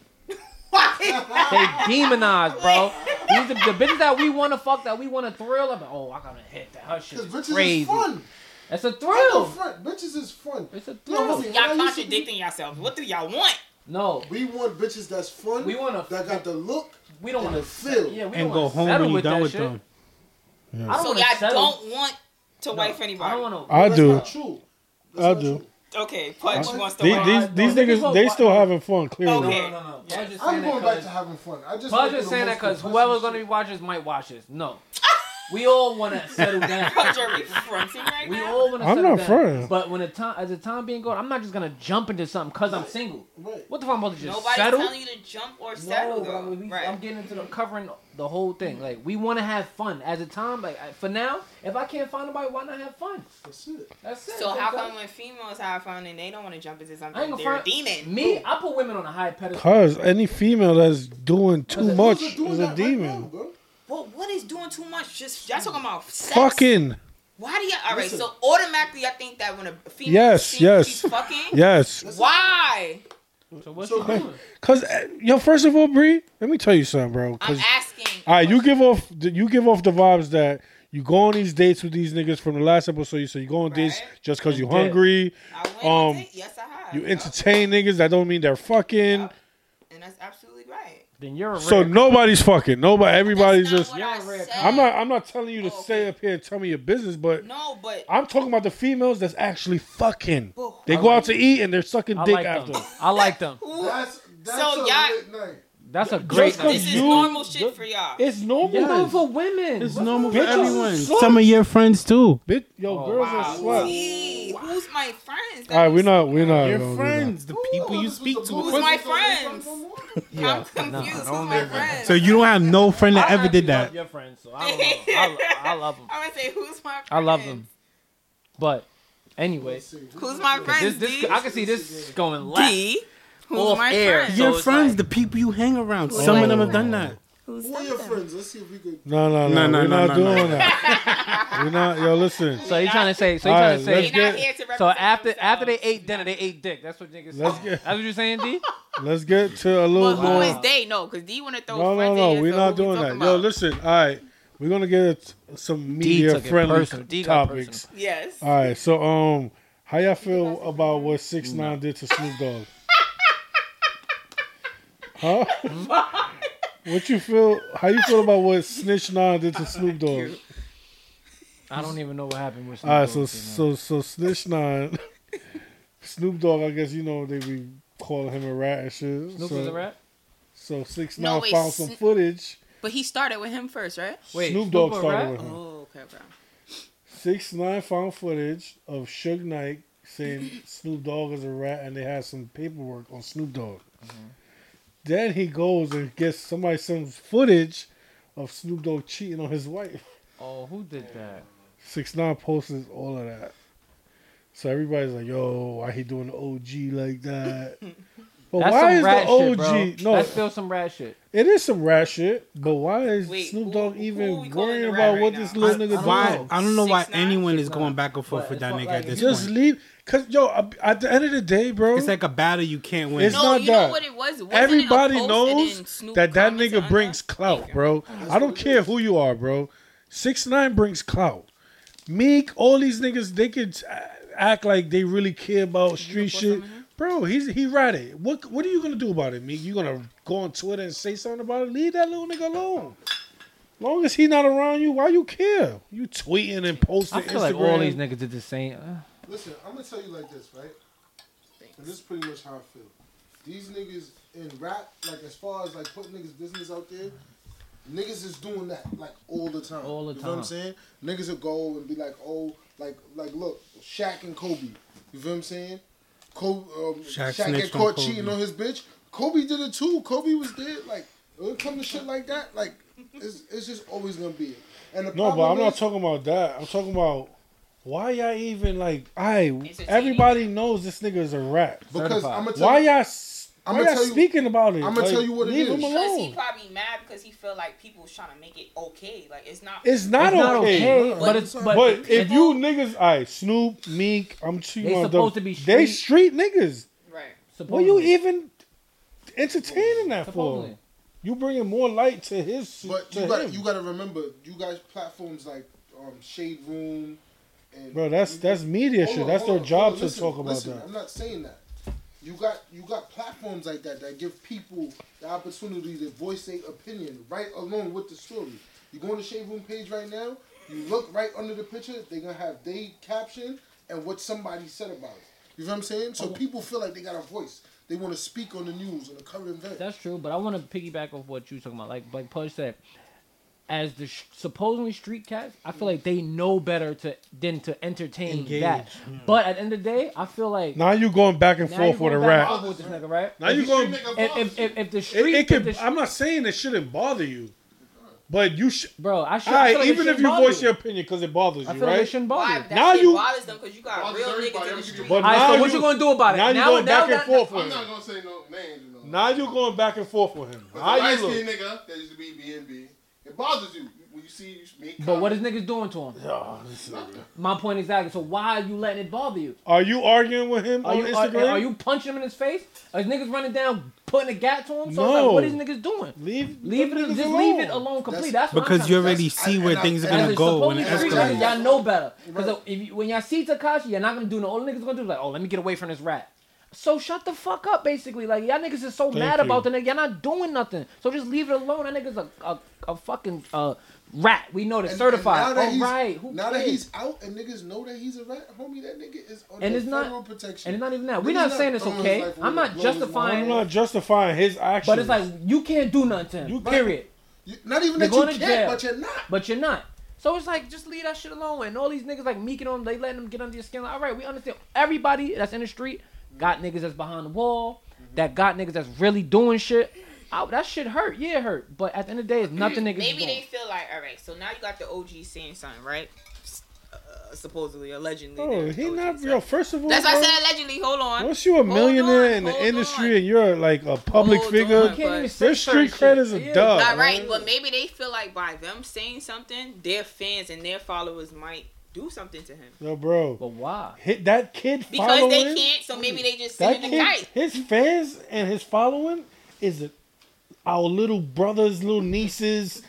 B: They demonized, bro. These are the bitches that we want to fuck, that we want to thrill. About. Oh, I gotta hit that. Her shit's
C: Cause bitches
B: crazy.
C: is fun.
B: That's a
C: I'm not
B: thrill.
C: front. Bitches is fun.
B: It's a
C: No, I
B: thrill.
D: Y'all
C: used to be-
D: contradicting yourselves. What do y'all want?
B: No,
C: We want bitches that's fun.
B: We wanna-
C: that got the look.
B: we don't
C: In
B: want
C: the
B: to
C: field.
B: Yeah, we
E: and
B: don't
E: go
B: wanna
E: home
B: settle
E: when you're
B: with
E: done
B: that
E: with
B: shit.
E: them.
B: I don't
D: So
B: want
D: y'all
B: to settle.
D: don't want to wife anybody.
B: I don't want to.
A: I
C: That's
A: do.
C: Not true.
A: I
C: not
A: do.
C: true.
D: Okay, Punch wants to
A: These
D: wife.
A: these, these
B: No, niggas
A: niggas, they
B: want-
A: still having fun. Clearly,
D: Okay.
B: No, no, no.
D: Yeah.
B: Pudge is saying
C: I'm
B: that
C: going back
B: 'cause-
C: to having fun. I just.
B: Pudge
C: make it
B: is
C: the
B: saying that
C: most
B: because
C: compulsive
B: whoever's
C: shit.
B: gonna be watching this might watch this. No, we all want
C: *laughs*
B: to settle down.
D: Punch are we *laughs* fronting right
B: We
D: now?
B: all want to.
A: I'm
B: settle
A: not
B: down.
A: fronting.
B: But when the time, as the time being going, I'm not just gonna jump into something because I'm single.
C: Right.
B: What the fuck? I'm about to just
D: Nobody's
B: settle?
D: telling you to jump or settle
B: no, but
D: though.
B: I mean, we-
D: right.
B: I'm getting into the covering the whole thing. Like we want to have fun as a time. Like I- for now, if I can't find nobody, why not have fun?
C: That's it.
B: That's it.
D: so
B: That's
D: how
B: it.
D: come when females have fun and they don't want to jump into
B: I ain't
D: something,
B: gonna
D: they're a
B: front.
D: demon?
B: Me, I put women on a high pedestal.
A: cause any female that's doing too
B: Listen,
A: much
C: Who's doing
A: is
C: that
A: a
C: right now,
A: demon.
C: bro?
D: Well, what is doing too much? Just y'all talking about sex.
A: Fucking
D: Why do y'all? All right,
C: Listen.
D: so automatically I think that when a female
A: Yes,
D: thinks
A: yes.
D: she's fucking,
A: yes.
D: why?
B: So what's
C: So-
B: she doing?
A: Cause uh, yo, first of all, Bree, let me tell you something, bro.
D: I'm
A: Cause
D: asking.
A: all right, you give off you give off the vibes that you go on these dates with these niggas from the last episode. You say you go on dates
D: Right.
A: just cause you
B: And dip.
A: hungry.
D: I went on
A: um,
D: date. Yes, I have.
A: You
D: Yup.
A: entertain niggas that don't mean they're fucking.
D: Yup. And that's absolutely right.
B: Then you're a
A: So
B: rare-
A: nobody's fucking. Nobody. Everybody's
D: That's not
A: just.
D: what
B: You're
D: I
B: a rare
D: said.
A: I'm not. I'm not telling you to
D: Oh,
A: stay
D: okay.
A: up here and tell me your business, but
D: No, but
A: I'm talking about the females that's actually fucking.
D: Boo.
A: They
D: I
A: go out to eat and they're sucking
B: I
A: dick
B: like
A: after.
B: them. I like them.
D: who?
C: That's that's
D: So
C: a
D: y'all-
C: lit night.
B: That's a great.
A: Just 'cause
D: This is
A: you-
D: normal shit for y'all.
A: It's normal.
B: It's normal for women.
E: It's
B: What's
E: normal for
A: Bitches
E: everyone.
A: suck.
E: Some of your friends too.
A: Bitch, yo,
B: Oh,
A: girls
D: Wow.
A: are slut.
D: Gee, Who's my friends?
A: All right, we're not. We're not. gonna
E: Your
A: do
E: friends, the people you
C: This was
E: speak
C: the
E: to.
C: bullshit
D: Who's my
C: that we talking
D: friends?
C: about?
D: I'm confused.
B: don't
D: Who's my
B: make that.
D: friends?
E: So you don't have no friend that ever did that.
B: Your friends, so I don't know.
D: *laughs*
B: I, I love them.
D: I'm gonna say who's my friends?
B: I love them. But anyway,
C: Let's see.
D: Who's my
B: this
D: friends?
B: this
D: D?
B: I can see this going left.
D: D. Who's
B: Off
D: my
B: air.
D: friends?
B: So
E: Your
B: it's
E: friends,
B: like-
E: the people you hang around.
D: Who's
E: Some
D: like-
E: of them have done that.
D: Who's
C: Who are your friends? Let's see if we could.
A: No, no, no.
E: No, no,
A: we're
E: no,
A: not
E: no, no.
A: doing that. we're not. Yo, listen.
B: So you trying to say? So you
A: All
B: trying
A: right,
B: to say?
A: let's
D: They
A: get-
D: not here to represent
B: So after
D: themselves.
B: after they ate dinner, they ate dick. That's what niggas.
A: Let's
B: say.
A: get-
B: That's what you're saying, *laughs* D.
A: Let's get to a little
D: But who
A: more.
D: is they? No, because D want to throw
A: No, no,
D: friends in
A: no.
D: here,
A: We're
D: so
A: not
D: who we
A: doing that.
D: talking
A: Yo,
D: about?
A: listen. All right. We're gonna get some
B: D
A: media
B: took it
A: friendly
B: personal. D got
A: topics.
F: Yes.
A: All right, so um, how y'all feel about what Six
E: Mm.
A: Nine did to
B: *laughs*
A: Snoop Dogg? huh? what you feel? How you feel about what Snitch Nine did to Snoop Dogg?
B: I don't even know what happened with. Snoop
A: All right,
B: Dogg
A: so
B: just now.
A: so so Snitch Nine, *laughs* Snoop Dogg. I guess you know they be calling him a rat and shit.
B: Snoop
A: so,
B: was a rap.
A: So Six Nine
F: No, wait,
A: found some
F: Sn-
A: footage.
F: But he started with him first, right?
B: Wait,
A: Snoop
B: Snoop
A: Dogg
B: a
A: started
B: rat?
A: with him.
F: Oh, okay, okay.
A: Six Nine found footage of Suge Knight
F: *coughs*
A: saying Snoop Dogg is a rat, and they had some paperwork on Snoop Dogg.
B: Mm-hmm.
A: Then he goes and gets somebody sends footage of Snoop Dogg cheating on his wife.
B: Oh, who did that?
A: Six Nine posted all of that, so everybody's like, "Yo, why he doing the OG like that?" But
B: That's
A: why
B: some
A: is
B: rat
A: the OG?
B: shit, bro.
A: no,
B: that's still some rat shit.
A: it is some rat shit. But why is
F: Wait,
A: Snoop
F: who-
A: Dogg
F: who
A: even
F: we calling
A: worrying
F: the rat
A: about
F: right
A: what
F: now?
A: this
E: I,
A: little nigga doing?
E: why, I don't know why
F: 6ix9ine?
E: anyone is
B: Nah.
E: going back and forth
B: But
E: with
B: it's
E: that
B: not
E: nigga
B: like
E: at this
A: Just
E: point.
A: leave, cause yo, I- at the end of the day, bro,
E: It's like a battle you can't win.
A: It's
F: no,
A: not
F: you
A: that.
F: know what it was. Wasn't it a
A: Everybody
F: post and then
A: knows
F: Snoop
A: that that
F: commented on
A: nigga brings clout, bro. I don't care who you are, bro. Six nine brings clout. Meek, all these niggas, they could a- act like they really care about street shit, bro. He's he ratted. What what are you gonna do about it, Meek? You gonna go on Twitter and say something about it? Leave that little nigga alone. Long as he not around you, why you care? You tweeting and posting
B: I
A: Instagram.
B: feel like all these niggas did the same. uh,
C: Listen, I'm gonna tell you like this, right? And this is pretty much how I feel. These niggas in rap, like as far as like putting niggas business out there, niggas is doing that like all the time.
B: All the
C: You know what I'm
B: time.
C: saying? Niggas will go and be like, oh, like like look, Shaq and Kobe. You feel what I'm saying? Kobe, um,
E: Shaq
C: Shaq
E: snitched
C: get
E: on
C: caught
E: Kobe.
C: cheating on his bitch. Kobe did it too. Kobe was dead. Like when it comes to shit like that, like it's, it's just always gonna be it. And the
A: No, but I'm
C: problem
A: not
C: is-
A: talking about that. I'm talking about why y'all even like. I
D: Entertaining.
A: everybody knows this nigga is a rat.
C: because I'm gonna tell
A: Why y'all? s-
C: I'm
A: Why
C: gonna
A: y'all
C: tell you-
A: speaking about it?
C: I'm gonna tell you what it
A: leave
C: is.
A: him
D: Because he
A: alone.
D: probably mad because he feel like people's trying to make it okay. Like it's not.
A: It's not,
B: it's not
A: okay.
B: okay, but it's but,
A: But if
B: people-
A: you niggas, all right, Snoop, Meek, I'm cheating.
B: They
A: on them.
B: supposed to be
A: They street
B: street-
A: niggas.
D: right.
A: What you
B: supposedly-
A: even entertaining that for?
B: supposedly.
A: You bringing more light to his.
C: But
A: to
C: you got
A: him.
C: you got to remember, you guys platforms like um, Shade Room, and
A: bro. That's that's media
C: Hold
A: shit.
C: on,
A: That's
C: hold
A: their
C: on,
A: job
C: hold on,
A: to
C: listen,
A: talk about
C: listen,
A: that.
C: I'm not saying that. You got you got platforms like that that give people the opportunity to voice their opinion right along with the story. You go on the Shade Room page right now. You look right under the picture. They're gonna have they caption and what somebody said about it. You know what I'm saying? So people feel like they got a voice. They want to speak on the news on the current event.
B: That's true, but I want to piggyback off what you talking about. Like like Pudge said, as the sh- supposedly street cats, I feel like they know better to than to entertain
E: Engage,
B: that. But at the end of the day for the day, I
A: Now you going back and
B: feel like
A: forth with a rat.
B: with this nigga, right?
A: Now you going.
B: If, if, if, if the
A: It,
B: street,
A: it
B: if the
A: could.
B: sh-
A: I'm not saying it shouldn't bother you, but you should.
B: bro, I should.
A: All
B: I feel
A: right,
B: like it
A: even if
B: shouldn't
A: you
B: bother
A: voice your opinion because it bothers
B: I
A: you,
B: feel like it
A: right?
B: shouldn't
D: Why
B: bother. you.
D: that
A: Now
D: shit
A: you-
D: bothers them because you got
G: Bothers
D: real
G: everybody,
D: niggas in the
G: everybody.
D: street.
A: But
B: All right,
A: now
B: so what
A: you-
B: you gonna do about it?
A: Now you going back and
B: that-
A: forth with
G: I'm not
A: him.
G: gonna say no names, you know.
A: Now you going back and forth with him.
G: But the
A: Now
G: light
A: you look.
G: skinned nigga that used to be BNB, it bothers you when you see you make.
B: But what is niggas doing to him? My point exactly. So why are you letting it bother you?
A: Are you arguing with him
B: Are
A: on
B: you,
A: Instagram?
B: are, are you punching him in his face? Are these niggas running down, putting a gat to him? So
A: No.
B: like, what is niggas doing?
A: leave
B: Leave it,
A: them niggas
B: just leave it alone completely. That's, what I'm
E: because
B: trying
E: you
B: to say.
E: already
C: that's-
E: see
C: I-
E: where
C: and I-
E: things are
C: and
E: going
B: As
E: to
B: a
E: go when it
B: supposedly street
E: escalates.
B: nigga, y'all know better.
C: Right.
B: Because if you, when y'all see Takashi, you're not gonna do no. All the niggas gonna do is like, oh, let me get away from this rat. So shut the fuck up, basically. Like y'all niggas is so
A: Thank
B: mad
A: you.
B: about the nigga, y'all not doing nothing. So just leave it alone. That nigga's a a, a fucking uh, rat. We know that
C: And-
B: certified.
C: and now that
B: All
C: he's-
B: right, who
C: now that
B: cares?
C: he's out and niggas know that he's a rat, homie, that nigga is under
B: And it's not-
C: federal protection.
B: and it's not even that. We're
C: Niggas
B: not saying it's
C: throwing his
B: okay.
C: life away.
B: I'm not
C: Blow his
B: justifying
A: I'm
B: it,
A: not justifying his actions.
B: but it's like you can't do nothing to him.
A: You
B: period.
C: You- not even
B: You're
C: that you
B: going to
C: can't,
B: jail.
C: but you're not.
B: But you're not. So it's like just leave that shit alone. And all these niggas like meeking on, they letting them get under your skin. Like, all right, we understand. Everybody that's in the street got niggas that's behind the wall, that got niggas that's really doing shit. I, that shit hurt. Yeah, it hurt. But at the end of the day,
A: Mm-hmm.
B: it's nothing niggas.
D: Maybe
B: Maybe
D: they feel like, all right, so now you got the OG saying something, right? S- Uh, supposedly, allegedly.
A: bro,
D: they're
A: Oh, he
D: OGs,
A: not
D: right?
A: real. First of all,
D: That's why I
A: bro,
D: said allegedly. Hold on.
A: once you a millionaire
D: on,
A: in the
D: hold
A: industry
D: on.
A: and you're like a public
D: Hold
A: figure,
D: on.
B: you can't even
D: But
B: say
A: your
B: certain
A: street cred
B: shit.
A: is a
B: Yeah.
A: dub.
D: All right, but maybe they feel like by them saying something, their fans and their followers might do something to him
A: Yo, bro,
B: But why?
A: hit that kid
D: because
A: following.
D: they can't. So maybe they just
A: That
D: send him the
A: kid,
D: kite.
A: his fans and his following is our little brothers, little nieces,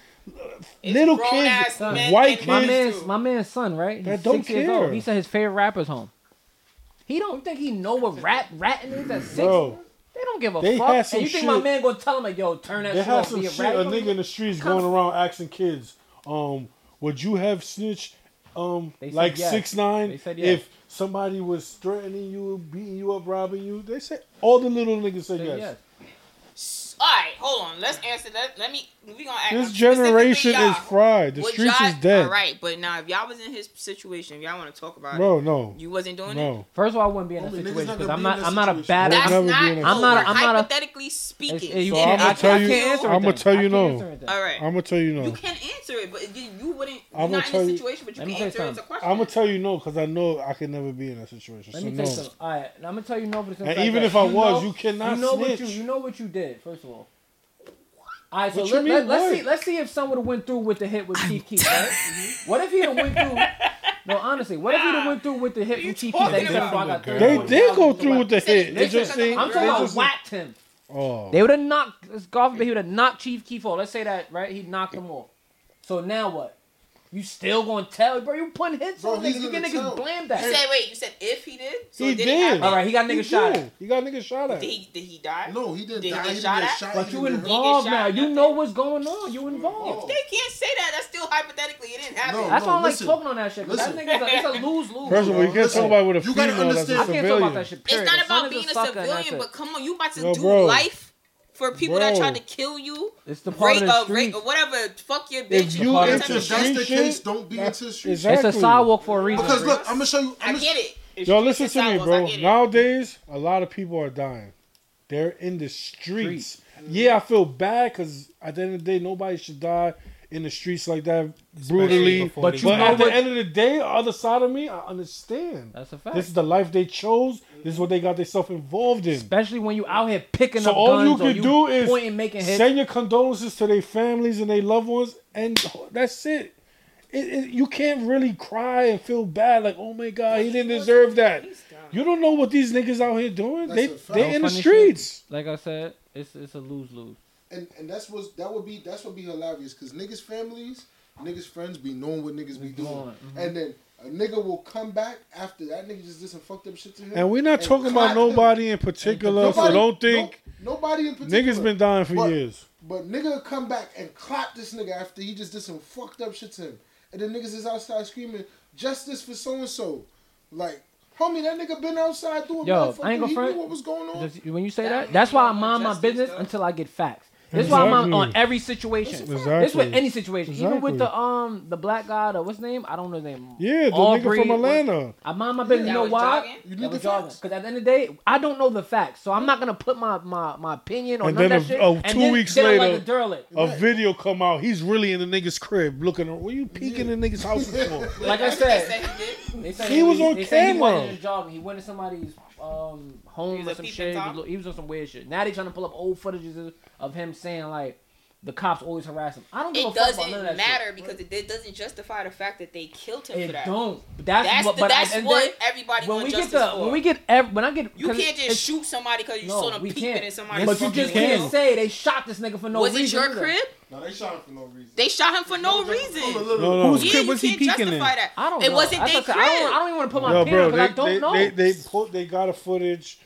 F: It's
A: Little
F: grown
A: kids,
F: ass
B: son.
F: men
A: White
F: and
B: My
A: kids.
F: women,
B: man's
F: too.
B: my man's son, right? He's
A: That don't
B: six years old.
A: care.
B: He said his favorite rapper's home. He don't think he know what rap ratting is at six.
A: Bro,
B: They don't give a
A: They
B: fuck.
A: had
B: And
A: some
B: you think my
A: shit-
B: man gonna tell him like, yo, turn that
A: they
B: shit
A: had
B: off?
A: some
B: be a
A: shit.
B: rapper?
A: A nigga in the streets going around asking kids, um, would you have snitched, um,
B: They said
A: like
B: yes.
A: six nine,
B: They said yes.
A: if somebody was threatening you, beating you up, robbing you? They said all the little niggas said,
B: Say
A: yes.
B: yes.
F: All right, hold on. Let's answer that. Let me. We gonna act
A: This
F: specifically
A: generation
F: y'all.
A: is fried. The
F: Would
A: streets
F: y'all-
A: is dead,
F: All right, but now if y'all was in his situation, if y'all want to talk about
A: bro. No,
F: it, you wasn't doing it.
A: no.
B: First of all, I wouldn't be in that
C: Homie, niggas
B: situation
C: not
B: because
C: gonna
B: I'm
C: be
B: not.
C: in that
B: I'm not a
C: situation.
B: bad.
A: We'll
F: That's
A: never
F: not.
A: be in that
F: I'm not. I'm
B: situation. I'm not a-
F: hypothetically speaking.
B: It's- it-
A: So
B: you can't-
A: I'ma
B: I-
A: tell
B: I
A: you-
B: can't answer
A: I'ma
B: everything.
A: tell
B: I
A: you
B: can't
A: no.
B: answer everything.
F: All right.
A: I'm gonna tell you no.
F: you can answer it, but you, you wouldn't.
A: I'ma
F: You're not
A: tell
F: in
A: you-
F: a situation, but you
B: Let me
F: can
B: tell
F: answer it
B: you
F: as a question.
A: I'm gonna tell you no because I know I can never be in that situation.
B: Let
A: so
B: me
A: no.
B: tell you something. All right, I'm gonna tell you no, but it's
A: And even if I was, you cannot
B: You know what
A: snitch.
B: you, you know what you did. First of all. All right, so
A: What you
B: let,
A: mean,
B: let, us
A: what?
B: see. Let's see if someone went through with the hit with Chief Keef. Right? Mm-hmm. what if he done went through? No, honestly, what if he done went through with the hit
F: you
B: from Chief Keef?
F: talking
B: That he said,
F: about?
B: "Before I got
A: They
B: 31,000
A: did go
B: dollars
A: through with the
F: They
A: hit. They
F: said
A: just
F: it's
A: saying.
B: I'm
A: they
B: talking about
A: just-
B: whacked him.
A: Oh,
B: They would have knocked. God forbid, he would have knocked Chief Keef off. Let's say that, right? He knocked him off. So now what? You still gonna tell, bro? You putting hits
C: Bro,
B: on
C: he's
B: niggas? You get
C: gonna
B: niggas
C: tell.
B: blamed that.
F: You said wait. You said if he did. So
A: He
F: it didn't
A: did.
F: happen.
B: All right, he got niggas
A: He
B: shot.
A: did.
B: at.
A: He got niggas shot at.
F: Did he? Did he die?
C: No, he didn't
F: Did he
C: die.
F: get
C: He didn't
F: shot
C: get
F: at?
C: shot.
B: But
C: didn't
B: you
C: get hurt.
B: involved
F: shot,
B: now. You
F: nothing.
B: know what's going on. You involved.
A: oh,
F: They can't say that. That's still hypothetically. It didn't happen.
C: No.
B: That's why I'm like
C: listen.
B: talking on that shit. 'cause That
C: Listen.
B: nigga's a, it's a lose lose.
A: First of all, you can't
C: Listen,
A: talk about with a female
C: you gotta
A: that's a
C: understand-
B: I can't talk
A: civilian.
B: about that shit.
F: It's
B: period.
F: not
B: The son
F: about
B: is
F: being a
B: sucker and that's
F: civilian,
B: it.
F: but come on, you about to
A: Yo,
F: do
A: bro.
F: life for people that
A: Bro.
F: tried to kill you,
B: it's the part
F: rape,
B: of the
F: uh,
B: street.
F: rape, or whatever. Fuck your bitch.
A: If
F: you
A: you
F: all
B: Part
F: that
B: of
F: type
A: into
C: into
F: of shit.
C: that's
A: street
C: the
A: shit,
C: case, don't be into street.
A: Exactly.
B: It's a sidewalk for a reason.
C: Because
B: bro.
C: look, I'm gonna show you.
F: I
C: I'm
F: get it.
A: Yo, listen
F: It's
A: to me,
F: sidewalks, I
A: bro.
F: get it.
A: Nowadays, a lot of people are dying. They're in the streets. Yeah, I feel bad because at the end of the day, nobody should die in the streets like that brutally.
E: before
A: But,
E: they
A: you
E: die.
A: at the end of the day, the other side of me, I understand.
B: That's a fact.
A: This is the life they chose. This is what they got themselves involved in.
B: Especially when you out here picking
A: So
B: up
A: all
B: guns
A: you
B: or
A: can do is
B: pointing, making hits.
A: Send your condolences to their families and their loved ones, and that's it. It, it. You can't really cry and feel bad like, oh my god, he didn't deserve that. You don't know what these niggas out here doing.
C: That's
A: they
C: a fact.
A: they
B: No
A: in the
B: funny shit.
A: streets.
B: Like I said, it's it's a lose lose.
C: And and that's what that would be that's what be hilarious because niggas families, niggas friends be knowing what niggas be doing,
B: Doing, mhm.
C: and then a nigga will come back after that nigga just did some fucked up shit to him.
A: And we're not
C: and
A: talking about
C: clap him.
A: nobody in particular. so
C: Nobody-
A: don't think
C: no- nobody in particular.
A: niggas been dying for
C: But-
A: years.
C: But nigga come back and clap this nigga after he just did some fucked up shit to him, and then niggas is outside screaming justice for so and so, like. Homie, that nigga been outside doing
B: Yo,
C: motherfucking-
B: I ain't gonna
C: he knew
B: front-
C: what was going on.
B: Just- when you say Oh. that,
F: That
B: that's why I
F: means
B: mind my
F: justice,
B: business
F: though.
B: until I get facts. This is why I'm
A: Exactly.
B: on every situation.
A: Exactly.
B: This with any situation, even with
A: Exactly.
B: the um the black guy, the, what's his name? I don't know his name.
A: Yeah, the
B: Aubrey-
A: nigga from Atlanta.
B: I mind my business. You
F: That
B: know
F: was
B: why?
F: jogging?
C: You
B: That
C: need the
B: was jogging.
C: facts.
B: Because at the end of the day, I don't know the facts, so I'm not gonna put my my, my opinion on
A: And
B: none
A: then
B: of that
A: a-
B: shit.
A: oh, two
B: then-
A: weeks
B: then I'm
A: later-
B: like a derelict.
A: A video come out. He's really in the niggas crib looking. What you peeking in niggas houses for?
B: Like I
F: They
B: said,
F: said he did.
B: They said
A: He was on
B: they said He
A: camera.
B: wasn't in a job. He went to somebody's um,
F: He
B: home
F: was
B: or
F: a
B: some
F: peeping
B: shit. He
F: Tom?
B: was, lo- he was on some weird shit. Now they trying to pull up old footages of him saying like the cops always harass him. I don't give a
F: It
B: fuck about none of
F: doesn't
B: that
F: matter
B: shit.
F: because it, it doesn't justify the fact that they killed him
B: It
F: for that.
B: don't. But That's,
F: That's
B: what.
F: the,
B: but at
F: that's
B: the end of the
F: what
B: day,
F: everybody
B: when
F: wants
B: we
F: justice
B: get the
F: for.
B: when we get ev- when I get
F: you
B: 'cause
F: can't
B: it's-
F: just shoot somebody because you
B: no,
F: saw them
B: we
F: peeping
B: can't.
F: in somebody's
B: But you
F: fucking
B: just
F: crib.
B: can't say they shot this nigga for no
F: Was it
B: reason.
F: your
B: either.
F: crib?
G: No, they shot him for no reason.
F: They shot him for no
G: Hold on,
F: reason.
G: look,
A: No,
G: look.
A: no.
F: Yeah,
A: Who's
F: you can't justify that.
B: I don't.
F: It
B: know.
F: wasn't
B: That's
F: their
B: what I
F: crib.
B: said. I don't. I don't even want to put my
A: Yo,
B: opinion
A: bro,
B: on
A: they,
B: because I don't
A: they,
B: know.
A: They, they, put, they got a footage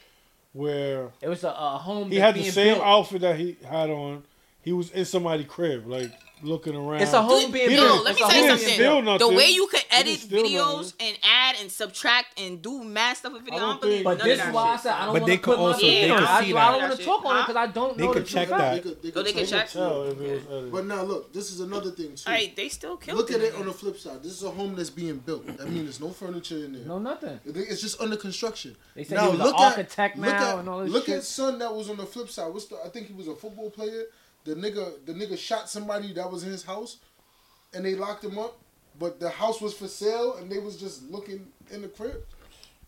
A: where
B: it was a, a home.
A: he
B: that's
A: had the
B: being
A: same
B: built.
A: outfit that he had on. He was in somebody's crib, like looking around.
B: It's a home
F: Dude,
B: being
A: He
F: yo,
A: didn't-
B: built.
F: let me
B: It's a
F: tell
A: he
F: you
B: home
A: didn't
B: being
A: steal
B: built.
F: something. The
A: nothing.
F: way you could
A: didn't
F: edit
A: steal
F: videos
A: nothing.
F: and add and subtract and do mad stuff with video,
A: I
F: I
A: don't
F: don't believe
A: think-
F: none
B: But
F: of
B: this is
F: that
B: why I
F: shit.
B: said I don't
E: But
B: want
E: they
B: to
E: could
B: put my
E: also-
B: opinion on
E: they
B: it.
E: could
B: I,
E: see
B: do- I don't
F: that.
B: want to talk on it because I don't
E: They
B: know
E: could
B: the
E: check
B: true
E: that.
B: facts.
C: They could, they
F: So Oh, they
C: check
F: could check.
C: it.
A: Tell if it was edited.
C: But now look, this is another thing too.
F: Like they still killed.
C: Look
F: the
C: at it
F: nigga.
C: on the flip side. This is a home that's being built. That means there's no furniture in there.
B: No, nothing.
C: It- It's just under construction.
B: They said he was an architect now and all this
C: Look
B: shit.
C: at son that was on the flip side. What's the? I think he was a football player. The nigga, the nigga shot somebody that was in his house, and they locked him up. But the house was for sale, and they was just looking in the crib.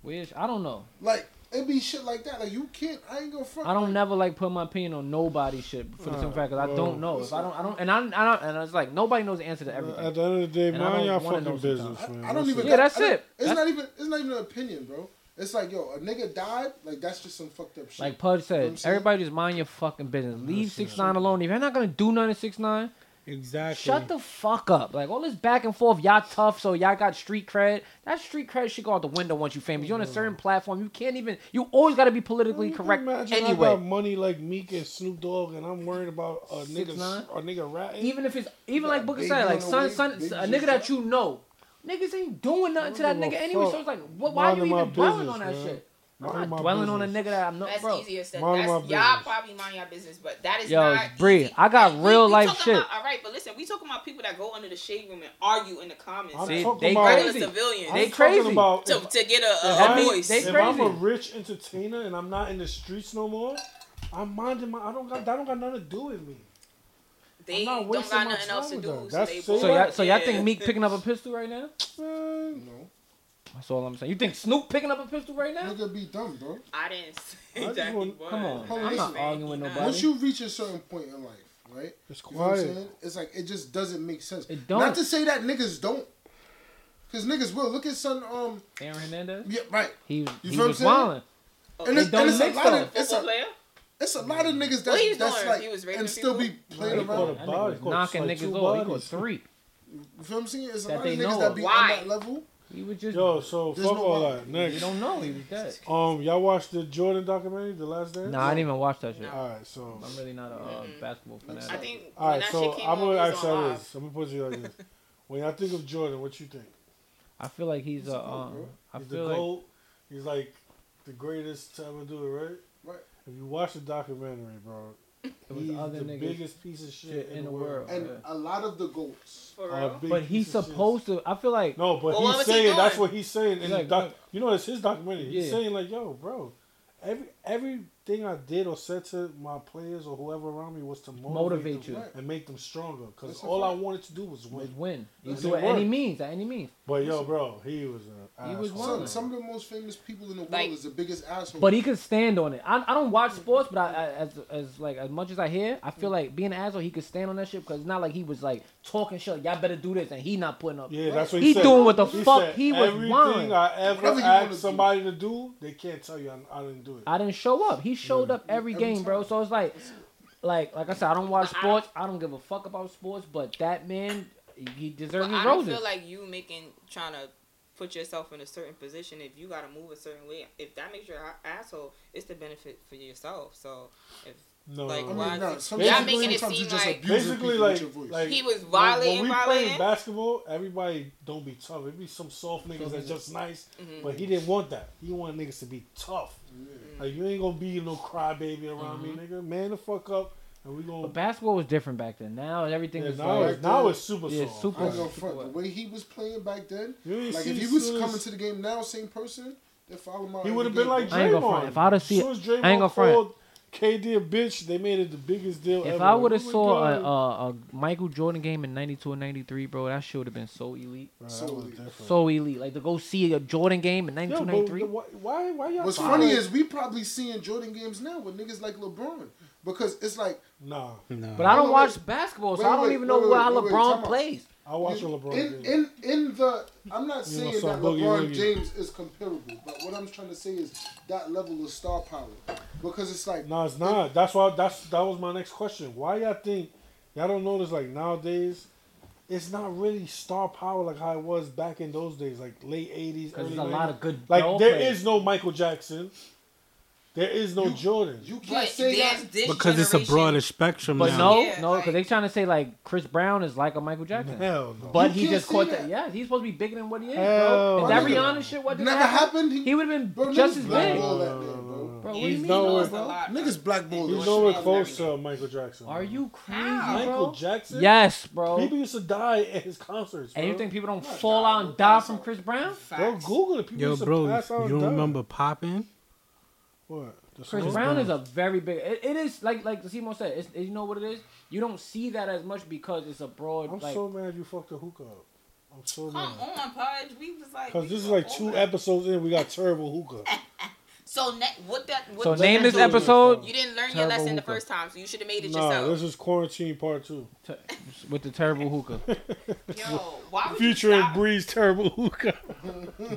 B: Wish I don't know.
C: Like it be shit like that. Like you can't. I ain't gonna front.
B: I don't never like put my opinion on nobody's shit for the simple fact because I don't know. If I don't, I don't, and I, I don't, and it's like nobody knows the answer to
A: At
B: everything.
A: the end of the day,
B: And I
A: mind
B: don't
A: y'all
B: wanna know
A: fucking business,
B: sometimes.
A: man.
C: I don't
A: That's
C: even.
A: it.
B: Yeah,
C: got-
B: that's
C: I don't-
B: it.
C: It's
B: That's-
C: not even. It's not even an opinion, bro. It's like yo, a nigga died. Like that's just some fucked up shit.
B: Like Pud
C: You know what
B: said,
C: I'm saying?
B: everybody just mind your fucking business. Leave six nine alone. If you're not gonna do nothing, six nine,
E: Exactly.
B: Shut the fuck up. Like all this back and forth, y'all tough, so y'all got street cred. That street cred should go out the window once you famous. You're on a certain platform. You can't even you always gotta be politically correct
A: Imagine I got
B: anyway.
A: money like Meek and Snoop Dogg, and I'm worried about a
B: Six
A: nigga,
B: nine?
A: a nigga ratting.
B: Even if it's even
C: got
B: like Booker
C: Biggie
B: said, like
C: on the
B: son
C: way,
B: son
C: Biggie's
B: a nigga that you know. Niggas ain't doing nothing to that
A: give a
B: nigga anyway.
A: fuck.
B: So it's like what, why you
A: Minding
B: even
A: my
B: dwelling
A: business,
B: on that
A: man.
B: shit?
A: Mind
B: I'm
A: my
B: not dwelling on a
A: business.
B: nigga that I'm not
D: That's
B: bro.
D: easier said.
A: Mind
D: That's,
A: my
D: y'all
A: business.
D: probably mind your business, but that is
B: Yo,
D: not.
B: Bree,
D: easy.
B: I got
D: And
B: real life
D: talking
B: shit.
D: About, all right, but listen, we talking about people that go under the shade room and argue in the comments.
A: I'm
B: See,
D: like,
A: talking
B: they
A: about.
D: regular
B: crazy.
D: civilians
B: They
A: I'm
B: crazy.
A: Talking about
D: to,
A: if-
D: to get a,
A: if
D: a, a
A: I'm-
D: voice.
B: they
A: if
B: crazy.
A: I'm a rich entertainer and I'm not in the streets no more, I'm minding my. I don't got. That don't got nothing to do with me.
D: they
A: not
D: don't
A: wasting
D: got
A: my
D: nothing else to
A: time
D: do.
A: with that.
D: So
A: That's
D: they
A: so
D: bored.
B: So y'all, so y'all
D: Yeah.
B: think Meek picking up a pistol right now?
A: Man,
C: No.
B: That's all I'm saying. You think Snoop picking up a pistol right now?
C: Nigga be dumb, bro.
D: I didn't
A: I
D: *laughs* say
A: just
D: that.
A: want-
D: he
B: Come
D: was.
B: on,
C: I'm not
D: saying
B: arguing
D: he
B: with
D: not.
B: nobody.
C: Once you reach a certain point in life, right?
A: it's
C: You know what I'm
A: quiet.
C: saying? It's like it just doesn't make sense.
B: It don't.
C: Not to say that niggas don't. Cause niggas will look at son um
B: Aaron Hernandez.
C: yeah right
B: He
C: You
B: he
C: feel
B: was
C: what I'm saying?
B: wilding.
A: Oh,
C: and
B: It
C: it's,
B: don't
C: and it's a
B: mix,
C: lot of
B: though.
C: it's
D: Football
C: a,
D: player?
C: it's a lot of
B: Mm.
C: niggas
D: What he
C: that,
D: was
C: that's
D: doing?
C: like
D: He was raping
C: and still be played
A: He caught
C: around
A: a
B: That
A: body,
B: nigga was
A: caught
B: knocking
A: like
B: niggas
A: two
B: off. He caught
A: bodies.
B: three.
C: You feel what I'm saying? It's a
B: That
C: lot of
B: they know
C: niggas that
B: of.
C: be
D: Why?
C: on that level.
B: He was just.
A: Yo, so
C: There's
A: fuck
C: no
A: all
C: law.
A: that.
B: you
A: Next,
B: don't know he was dead.
A: um, y'all watched the Jordan documentary, The Last Dance?
B: Nah, I didn't even watch that shit.
A: All right, so
B: I'm really not a uh, basketball
D: I
B: fanatic.
D: think
A: all
D: when
A: right,
D: that
A: so
D: shit came
A: I'm
D: out,
A: gonna
D: he was
A: ask
D: on
A: y'all
D: live.
A: this. I'm gonna put you like this. When y'all think of Jordan, what you think?
B: I feel like he's a.
C: goat,
B: Um,
C: bro.
B: I
A: He's the
B: feel like
A: goat. He's like the greatest to ever do it, right?
C: Right.
A: If you watch the documentary, bro,
B: it was
A: he's
B: other
A: the
B: niggas
A: biggest piece of shit
B: shit in the world.
C: And
B: Yeah.
C: a lot of the goats.
D: For
A: A
D: real?
A: big
B: But he's
A: piece of shit.
B: supposed to. I feel like.
A: No, but
D: Well, what
A: he's
D: was he
A: saying that's
D: doing?
A: what he's saying in
B: He's
A: the
B: like,
A: doc.
B: look.
A: You know, it's his documentary. He's
B: Yeah.
A: saying like, "Yo, bro, every everything I did or said to my players or whoever around me was to motivate,
B: Motivate
A: them
C: you.
A: and make them stronger. Because
C: That's a
A: all I
C: fact.
A: wanted to do was
B: Was
A: win."
B: win. You
A: That's
B: do it
A: it.
B: any means. At any means.
A: But yo, bro, he was a
B: He was
A: asshole.
C: Son,
B: one.
C: some of the most famous people in the world
D: Like-
C: is the biggest asshole.
B: But he could stand on it. I, I don't watch sports, but I, I as as like as much as I hear, I feel like being an asshole, he could stand on that shit because it's not like he was like talking shit. Y'all better do this, and he not putting up.
A: Yeah, that's what he,
B: he,
A: said.
B: doing what the
A: He
B: fuck
A: said,
B: he was
A: Everything
B: wanting. I,
A: I
C: Whatever
A: ever
C: you wanna
A: asked
C: do.
A: somebody to do, they can't tell you I, I didn't do it.
B: didn't show up. He showed up every,
C: Every
B: game, bro.
C: time.
B: So it's like, like like I said, I don't watch
D: But I-
B: sports. I don't give a fuck about sports. But that man, he
D: But
B: deserves his
D: I don't
B: roses.
D: feel like you making trying to put yourself in a certain position if you got to move a certain way. If that makes you an asshole, it's the benefit for yourself. So
A: no,
D: like,
C: I
A: no,
C: mean,
A: no.
D: why-
C: nah, some
A: Y'all
C: people
A: making it
C: sometimes
D: seem
C: you just
D: like-
C: abusing
A: Basically,
C: people with
A: like-
C: your voice.
A: like-
D: he was
A: When-
D: violating,
A: when we
D: violating.
A: played basketball, everybody don't be tough. It be some soft niggas that's just nice,
D: Mhm.
A: but he didn't want that. He wanted niggas to be tough.
C: Mm.
A: Like you ain't gonna be no crybaby around me, nigga. Man, the fuck up, and we gonna.
B: Mm-hmm. but basketball was different back then. Now everything
A: yeah,
B: is
A: now,
B: like,
A: it's, now it's super
B: yeah,
A: soft.
B: super-
C: I ain't gonna front. The way he was playing back then,
A: You ain't
C: like
A: see
C: if he was
A: soon as-
C: coming to the game now, same person, they follow him out
A: he
C: every
A: would have been
C: game,
A: like
C: bro.
B: I ain't gonna front.
A: Draymond.
B: If I'd have seen-
A: As soon as
B: I ain't gonna
A: Draymond
B: front.
A: called KD a bitch, they made it the biggest deal.
B: If
A: ever.
B: I would have
A: Oh my
B: saw a,
A: God.
B: a, a Michael Jordan game in '92 and '93, bro, that shit would have been so elite,
A: Bro, that
C: So
A: was
C: elite.
A: different.
B: so elite. Like to go see a Jordan game in
A: Yo,
B: '92,
A: but
B: '93.
A: why, why, why y'all?
C: What's
A: so
C: funny
A: like-
C: is we probably seeing Jordan games now with niggas like LeBron because it's like
A: nah.
E: No.
B: But I don't
C: Wait,
B: watch
C: wait.
B: basketball, so
C: Wait,
B: I don't
C: wait,
B: even
C: wait,
B: know
C: wait,
B: where how
C: wait, wait,
B: LeBron
C: time out.
B: plays.
A: I watch a LeBron.
C: in,
A: game.
C: in in the I'm not
A: You
C: saying
A: want some
C: that
A: boogie
C: LeBron
A: woogie.
C: James is comparable, but what I'm trying to say is that level of star power because it's like
A: No, it's not. That's why. That's that was my next question. Why y'all think y'all don't notice like nowadays? It's not really star power like how it was back in those days, like late eighties.
B: Because there's a lot of good.
A: like
B: role
A: there
B: players.
A: is no Michael Jackson. There is no
C: You-
A: Jordan.
C: you can't
D: But
C: say
D: this,
C: that.
D: this
E: because it's a
D: generation-
E: broader spectrum
B: but
E: now.
B: no,
D: Yeah,
B: no,
D: like-
B: because they trying to say like Chris Brown is like a Michael Jackson,
A: Hell no.
B: but
C: You
B: he
C: can't
B: just
C: say
B: caught that.
C: that.
B: Yeah, he's supposed to be bigger than what he is,
A: Hell
B: bro. If
C: no.
B: that Rihanna shit wasn't
C: Never
B: happened,
C: happened.
B: he would have
C: Bro,
B: been just
C: niggas
B: as
C: black
B: big.
C: all
A: No,
C: that
A: no,
C: man,
A: no,
C: bro.
A: no.
B: Bro, what do you
E: He's
B: mean?
E: nowhere-
D: Lost a lot.
C: Niggas blackballers.
A: He's
D: George
A: nowhere
D: Michael
A: close
D: Jackson.
A: to Michael Jackson.
B: Are
A: bro.
B: you crazy,
A: Michael
B: bro?
A: Jackson?
B: Yes, bro.
A: People used to die at his concerts. Bro.
B: And you think people don't
C: Not
B: fall
C: die,
B: out and
C: bro.
B: die
C: Pass
B: from
C: out.
B: Chris Brown?
A: Bro,
D: Facts.
A: Google it. People
E: Yo,
A: used to
E: bro,
A: pass out
E: you
A: and
E: don't
A: die.
E: remember popping?
A: what? The
B: Chris
A: song?
B: Brown is a very big. It, it is like like Simo said. It's, it- you know what it is. You don't see that as much because it's a broad.
A: I'm
B: like,
A: so mad you fucked the hookah up. I'm so mad.
D: Come on, Pudge. We was like.
A: Cause
D: we
A: this is
D: were
A: like two
D: over.
A: episodes in, we got terrible
C: *laughs*
A: hookah.
D: So ne- what that? What
B: so
D: what
B: name
D: that
B: this
D: do?
B: episode
D: You didn't learn your
B: Terrible
D: lesson the
B: hookah.
D: first time, so you should have made it
A: Nah, this
D: yourself.
A: is quarantine part two,
B: t- with the terrible hookah.
D: Yo, why would you
A: featuring
D: stop?
A: Breeze terrible hookah. *laughs*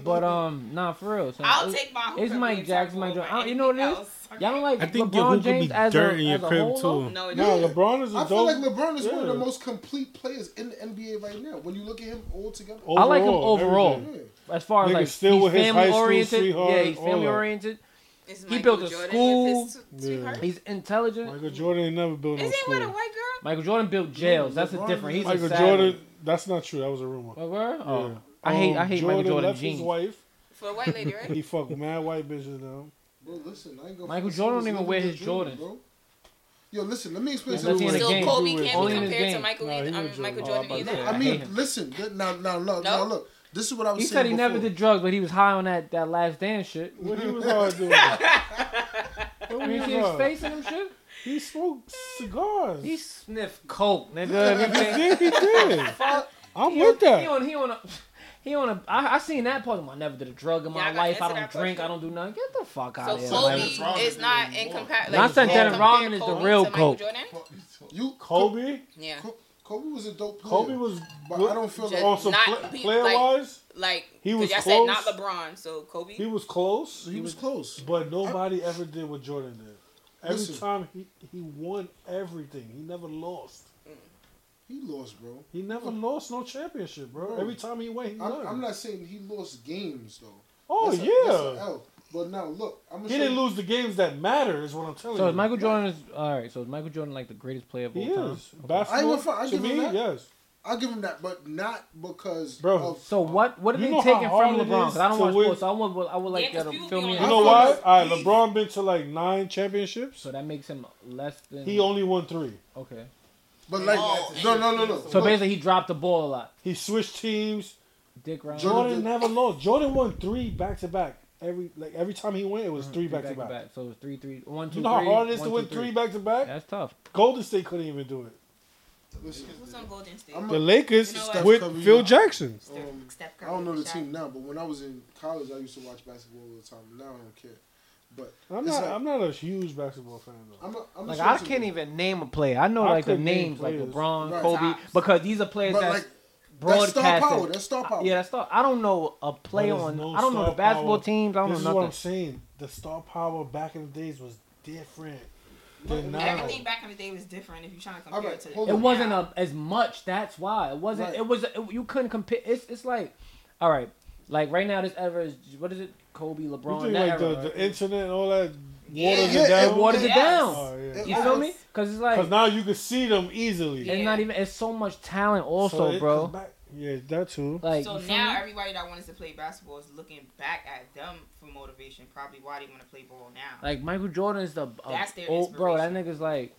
B: But um, nah, for real. So
D: I'll
B: it-
D: take my.
B: It's
D: hookah
B: Mike
D: being
B: Jackson,
D: talked
B: Mike
D: over
B: Jackson. I- you know what it
D: anything
B: is?
D: else.
B: Y'all don't like
E: I think your
B: LeBron
E: hoop could
B: James
E: be
B: as
E: dirt
B: a,
E: in your
B: as a
E: crib
B: whole, though?
E: too.
F: No, it
A: No,
F: is.
A: LeBron is a
C: I
A: dope.
C: feel like LeBron is one of the
A: yeah.
C: most complete players in the NBA right now. When you look at him all together,
B: I like him
A: everything.
B: overall.
C: yeah.
B: As far as
A: Nigga
B: like
A: still
B: he's
A: with his high
B: family
A: school
B: oriented,
A: sweetheart,
B: yeah, he's
A: all
B: family
A: that.
B: oriented.
F: It's
B: He
F: Michael
B: built a
F: Jordan with
B: school.
F: his
A: Yeah.
F: sweetheart?
B: He's intelligent.
A: Michael Jordan ain't never built no
F: Is he with a
A: school.
F: white girl?
B: Michael Jordan built jails. That's a
C: LeBron
B: different. He's
A: Michael
B: a sad
A: Jordan. That's not true. That was a rumor.
B: What were? Oh.
A: Yeah.
B: I hate- I hate Michael Jordan
A: left
B: jeans.
A: His wife.
F: For a white lady, right?
A: He
B: *laughs*
A: fucked mad white bitches now.
C: Bro, listen, I ain't gonna fucking
B: Michael Jordan
C: see
B: don't
C: this
B: even wear
C: nigga
B: his Jordans.
C: bro. Yo, listen, let me explain
B: Unless
C: something.
B: he in the
F: so
B: game.
F: Kobe
A: He was-
F: can't
B: Only
F: be
B: in his
F: compared to
B: game.
F: Michael,
A: Nah, he
F: either, um,
A: was
F: Michael
A: Jordan.
B: Oh, I
F: Jordan
B: about to
F: either.
B: say.
C: I
B: I
C: mean,
B: hate him.
C: listen, th- now, now, no, now,
F: Nope.
C: look. This is what I was
B: He
C: saying
B: said he never
C: before.
B: did drugs, but he was high on that, that last dance shit.
A: What he
B: *laughs*
A: was hard doing? what
B: You
A: he
B: didn't
A: was
B: see his
A: hard?
B: face in them shit?
A: He smoked cigars.
B: He sniffed coke, nigga. *laughs*
A: he did. He did.
B: Fuck.
A: I'm
B: He
A: with
B: on, He
A: that.
B: on, he on a, he on a, I, I seen that part. I never did a drug in
F: Yeah,
B: my
F: I gotta
B: life. I
F: answer
B: don't
F: that
B: drink. I
F: question.
B: don't do nothing. Get the fuck out
F: So
B: of here.
G: Kobe-
B: man.
F: Kobe is not
G: Not
F: incomparable.
B: Not saying
A: Dennis
B: Rodman is the real Kobe.
C: You, Kobe?
A: Kobe.
F: Yeah.
C: Kobe was a dope player.
A: Kobe was.
C: But
A: good.
C: I don't feel
F: Just
C: like.
A: on some
F: not
A: pla-
F: be-
A: player
F: like-
A: wise,
F: Like,
A: He
F: because
A: was
F: y'all said not
A: close.
F: LeBron, so Kobe.
A: he was close.
C: He was close.
A: But nobody ever did what Jordan did. Every
C: Listen.
A: time he, he won everything. He never lost.
C: He lost, bro.
A: He never lost no championship, bro.
C: Bro.
A: Every time he went, he won.
C: I'm, I'm not saying he lost games, though.
A: oh
C: That's a- that's a
A: yeah,
C: L. But now, look. I'm gonna
A: he
C: show
A: didn't
C: you-
A: lose the games that matter. Is what I'm telling
B: So
A: you.
B: is Michael Jordan is all right. So is Michael Jordan like the greatest player of all
A: He
B: time?
A: is basketball.
C: I ain't gonna front, I
A: to
C: give him
A: me,
C: that.
A: yes.
C: I'll give him that, but not because
A: Bro.
C: of.
B: So what? What are
A: You
B: they
A: know how
B: taking
A: hard
B: from
A: it
B: LeBron? 'Cause I don't
A: is
B: watch
A: to win-
B: sports. So I would, I would like
F: Yeah,
B: that
F: 'cause
B: to
F: people
B: fill
F: be
B: me
F: on
A: You
B: in.
A: know
C: feel
A: why?
C: like-
A: All right, LeBron been to like nine championships.
B: So that makes him less than.
A: He only won three.
B: okay.
C: But like,
G: Oh.
C: no, no, no, no.
B: So
C: Look,
B: basically, he dropped the ball a lot.
A: He switched teams.
B: Dick round.
C: Jordan
A: Jordan
C: did-
A: never lost. Jordan won three back to back. Every like every time he went, it was three back to back.
B: So it's three, three, one, Uh-huh. two,
A: You know how
B: three,
A: hard it is
B: one,
A: to
B: two,
A: win three back to back.
B: That's tough.
A: Golden State couldn't even do it.
C: listen,
F: Who's on Golden State?
C: I'm
A: The Lakers
F: You know what?
A: with Phil Jackson.
C: um,
F: Steph
C: I
F: Curry,
C: don't know the
F: Shaq.
C: team now, but when I was in college, I used to watch basketball all the time. Now I don't care. But
A: I'm
C: It's
A: not.
C: like-
A: I'm not a huge basketball fan though.
C: I'm a, I'm a
B: Like I
C: Celtic
B: can't
C: fan.
B: even name a player. I know
A: I
B: like the
A: couldn't name
B: names, like
A: players.
B: LeBron,
C: Right.
B: Kobe,
F: Tops.
B: because these are players
C: But
B: that's
C: like that's
B: broadcasting.
C: star power. That's star power.
B: yeah, that's tough. I don't know a player
A: But it's
B: on.
A: no
B: I don't know the
A: star
B: basketball
A: power.
B: teams. I don't
A: This is
B: know
A: what I'm
B: nothing.
A: saying. The star power back in the days was different than now.
F: Everything back in the day was different if you're trying to
C: All
F: compare
C: right,
F: it to
C: hold
B: It
C: on.
B: wasn't a, as much. That's why it wasn't.
C: Right.
B: It was. It, you couldn't compare. It's. It's like, all right, like right now this era is what is it? Kobe,
A: You
B: LeBron,
A: think
B: that
A: like
B: era.
A: the, the internet and all that
F: Yeah.
A: waters
C: Yeah,
A: it
C: it
A: down?
B: it waters it
F: Yes.
B: down.
A: Oh, yeah.
C: It-
B: You feel
F: Yes.
B: me? Because it's
A: Because
B: like
A: now you can see them easily.
F: Yeah.
B: it's not even. It's so much talent
A: So
B: also,
A: it- 'cause
B: bro.
A: back- yeah, that too.
B: Like
F: so
B: you feel
F: now
B: me?
F: everybody that wants to play basketball is looking back at them for motivation. Probably why they want to play ball now.
B: Like Michael Jordan is the uh,
F: That's their
B: old bro. That
F: inspiration.
B: nigga's like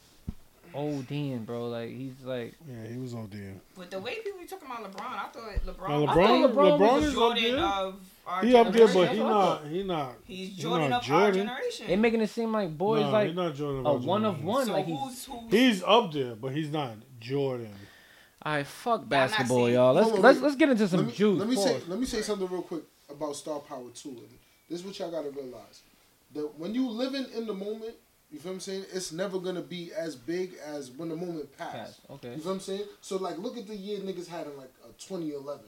B: old Dean, bro. Like he's
F: *laughs*
B: like
A: Yeah, he was ODing.
F: But the way people were talking about LeBron, I thought LeBron,
A: Now
B: I
F: I
B: thought
A: LeBron,
B: LeBron
A: LeBron,
B: was
F: was
A: is up
F: Jordan
A: there.
F: of our
A: He up there, but
F: generation.
A: he
B: That's what I
A: not. He not.
F: He's
A: he
F: Jordan
A: not
F: of
A: Jordan.
F: our
B: they
F: generation.
B: making it seem like boy is
A: nah, he
B: like
A: not Jordan.
B: a
A: Roger
B: one of
A: Williams.
B: one.
F: so
B: Like he's
F: who's who's
A: He's
F: *laughs*
A: up there, but he's not Jordan.
B: all right. Fuck
F: not
B: basketball,
F: saying-
B: y'all. Let's
C: Hold on,
B: let's
C: wait.
B: let's get into
C: Let
B: some
C: me,
B: juice.
C: let me say
B: pause.
C: let me say something real quick about star power too. And this is what y'all gotta realize that when you living in the moment, you feel what I'm saying. It's never gonna be as big as when the moment passed.
B: Pass, Okay.
C: You feel what I'm saying? So like, look at the year niggas had in like a 2011.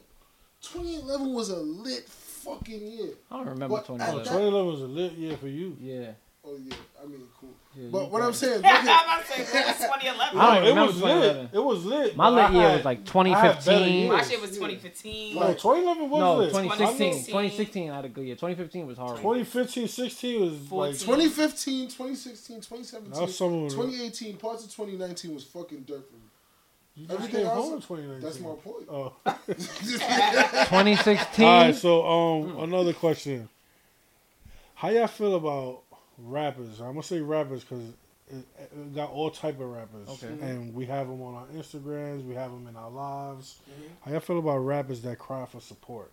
C: 2011 was a lit fucking year.
B: I don't remember
C: But
B: Tony.
C: at
A: So
C: that-
B: Allen.
A: 2011 was a lit year for you.
B: Yeah.
C: Oh yeah, I mean cool.
B: Yeah, you
C: But what I'm
B: right.
C: saying, look
F: I'm
B: *laughs*
C: at,
F: about to
A: *laughs*
F: say, what was 2011?
B: I don't
A: it
B: remember
A: was
B: 2011.
A: lit. It was lit.
B: My
A: but
B: lit
A: I
B: year
A: had-
B: was like
A: I had better
B: 2015.
F: My
A: years.
F: shit was 2015.
A: No, 2011 was
B: No,
A: lit.
B: 2016.
F: 2016.
B: 2016, I had a good year. 2015 was horrible.
A: 2015, 16 was
F: 14.
A: like
C: 2015, 2016, 2017,
A: Now some of them-
C: 2018, parts of 2019 was fucking dirt for me.
A: you just
C: Everything
A: came
C: else-
A: home in 2019.
C: That's my point.
A: Oh. All
B: 2016.
A: right. So, um, another question: How y'all feel about rappers? I'm gonna say rappers because it, it got all type of rappers,
B: Okay.
C: Mm-hmm.
A: and we have them on our Instagrams. We have them in our lives.
C: Mm-hmm.
A: How y'all feel about rappers that cry for support?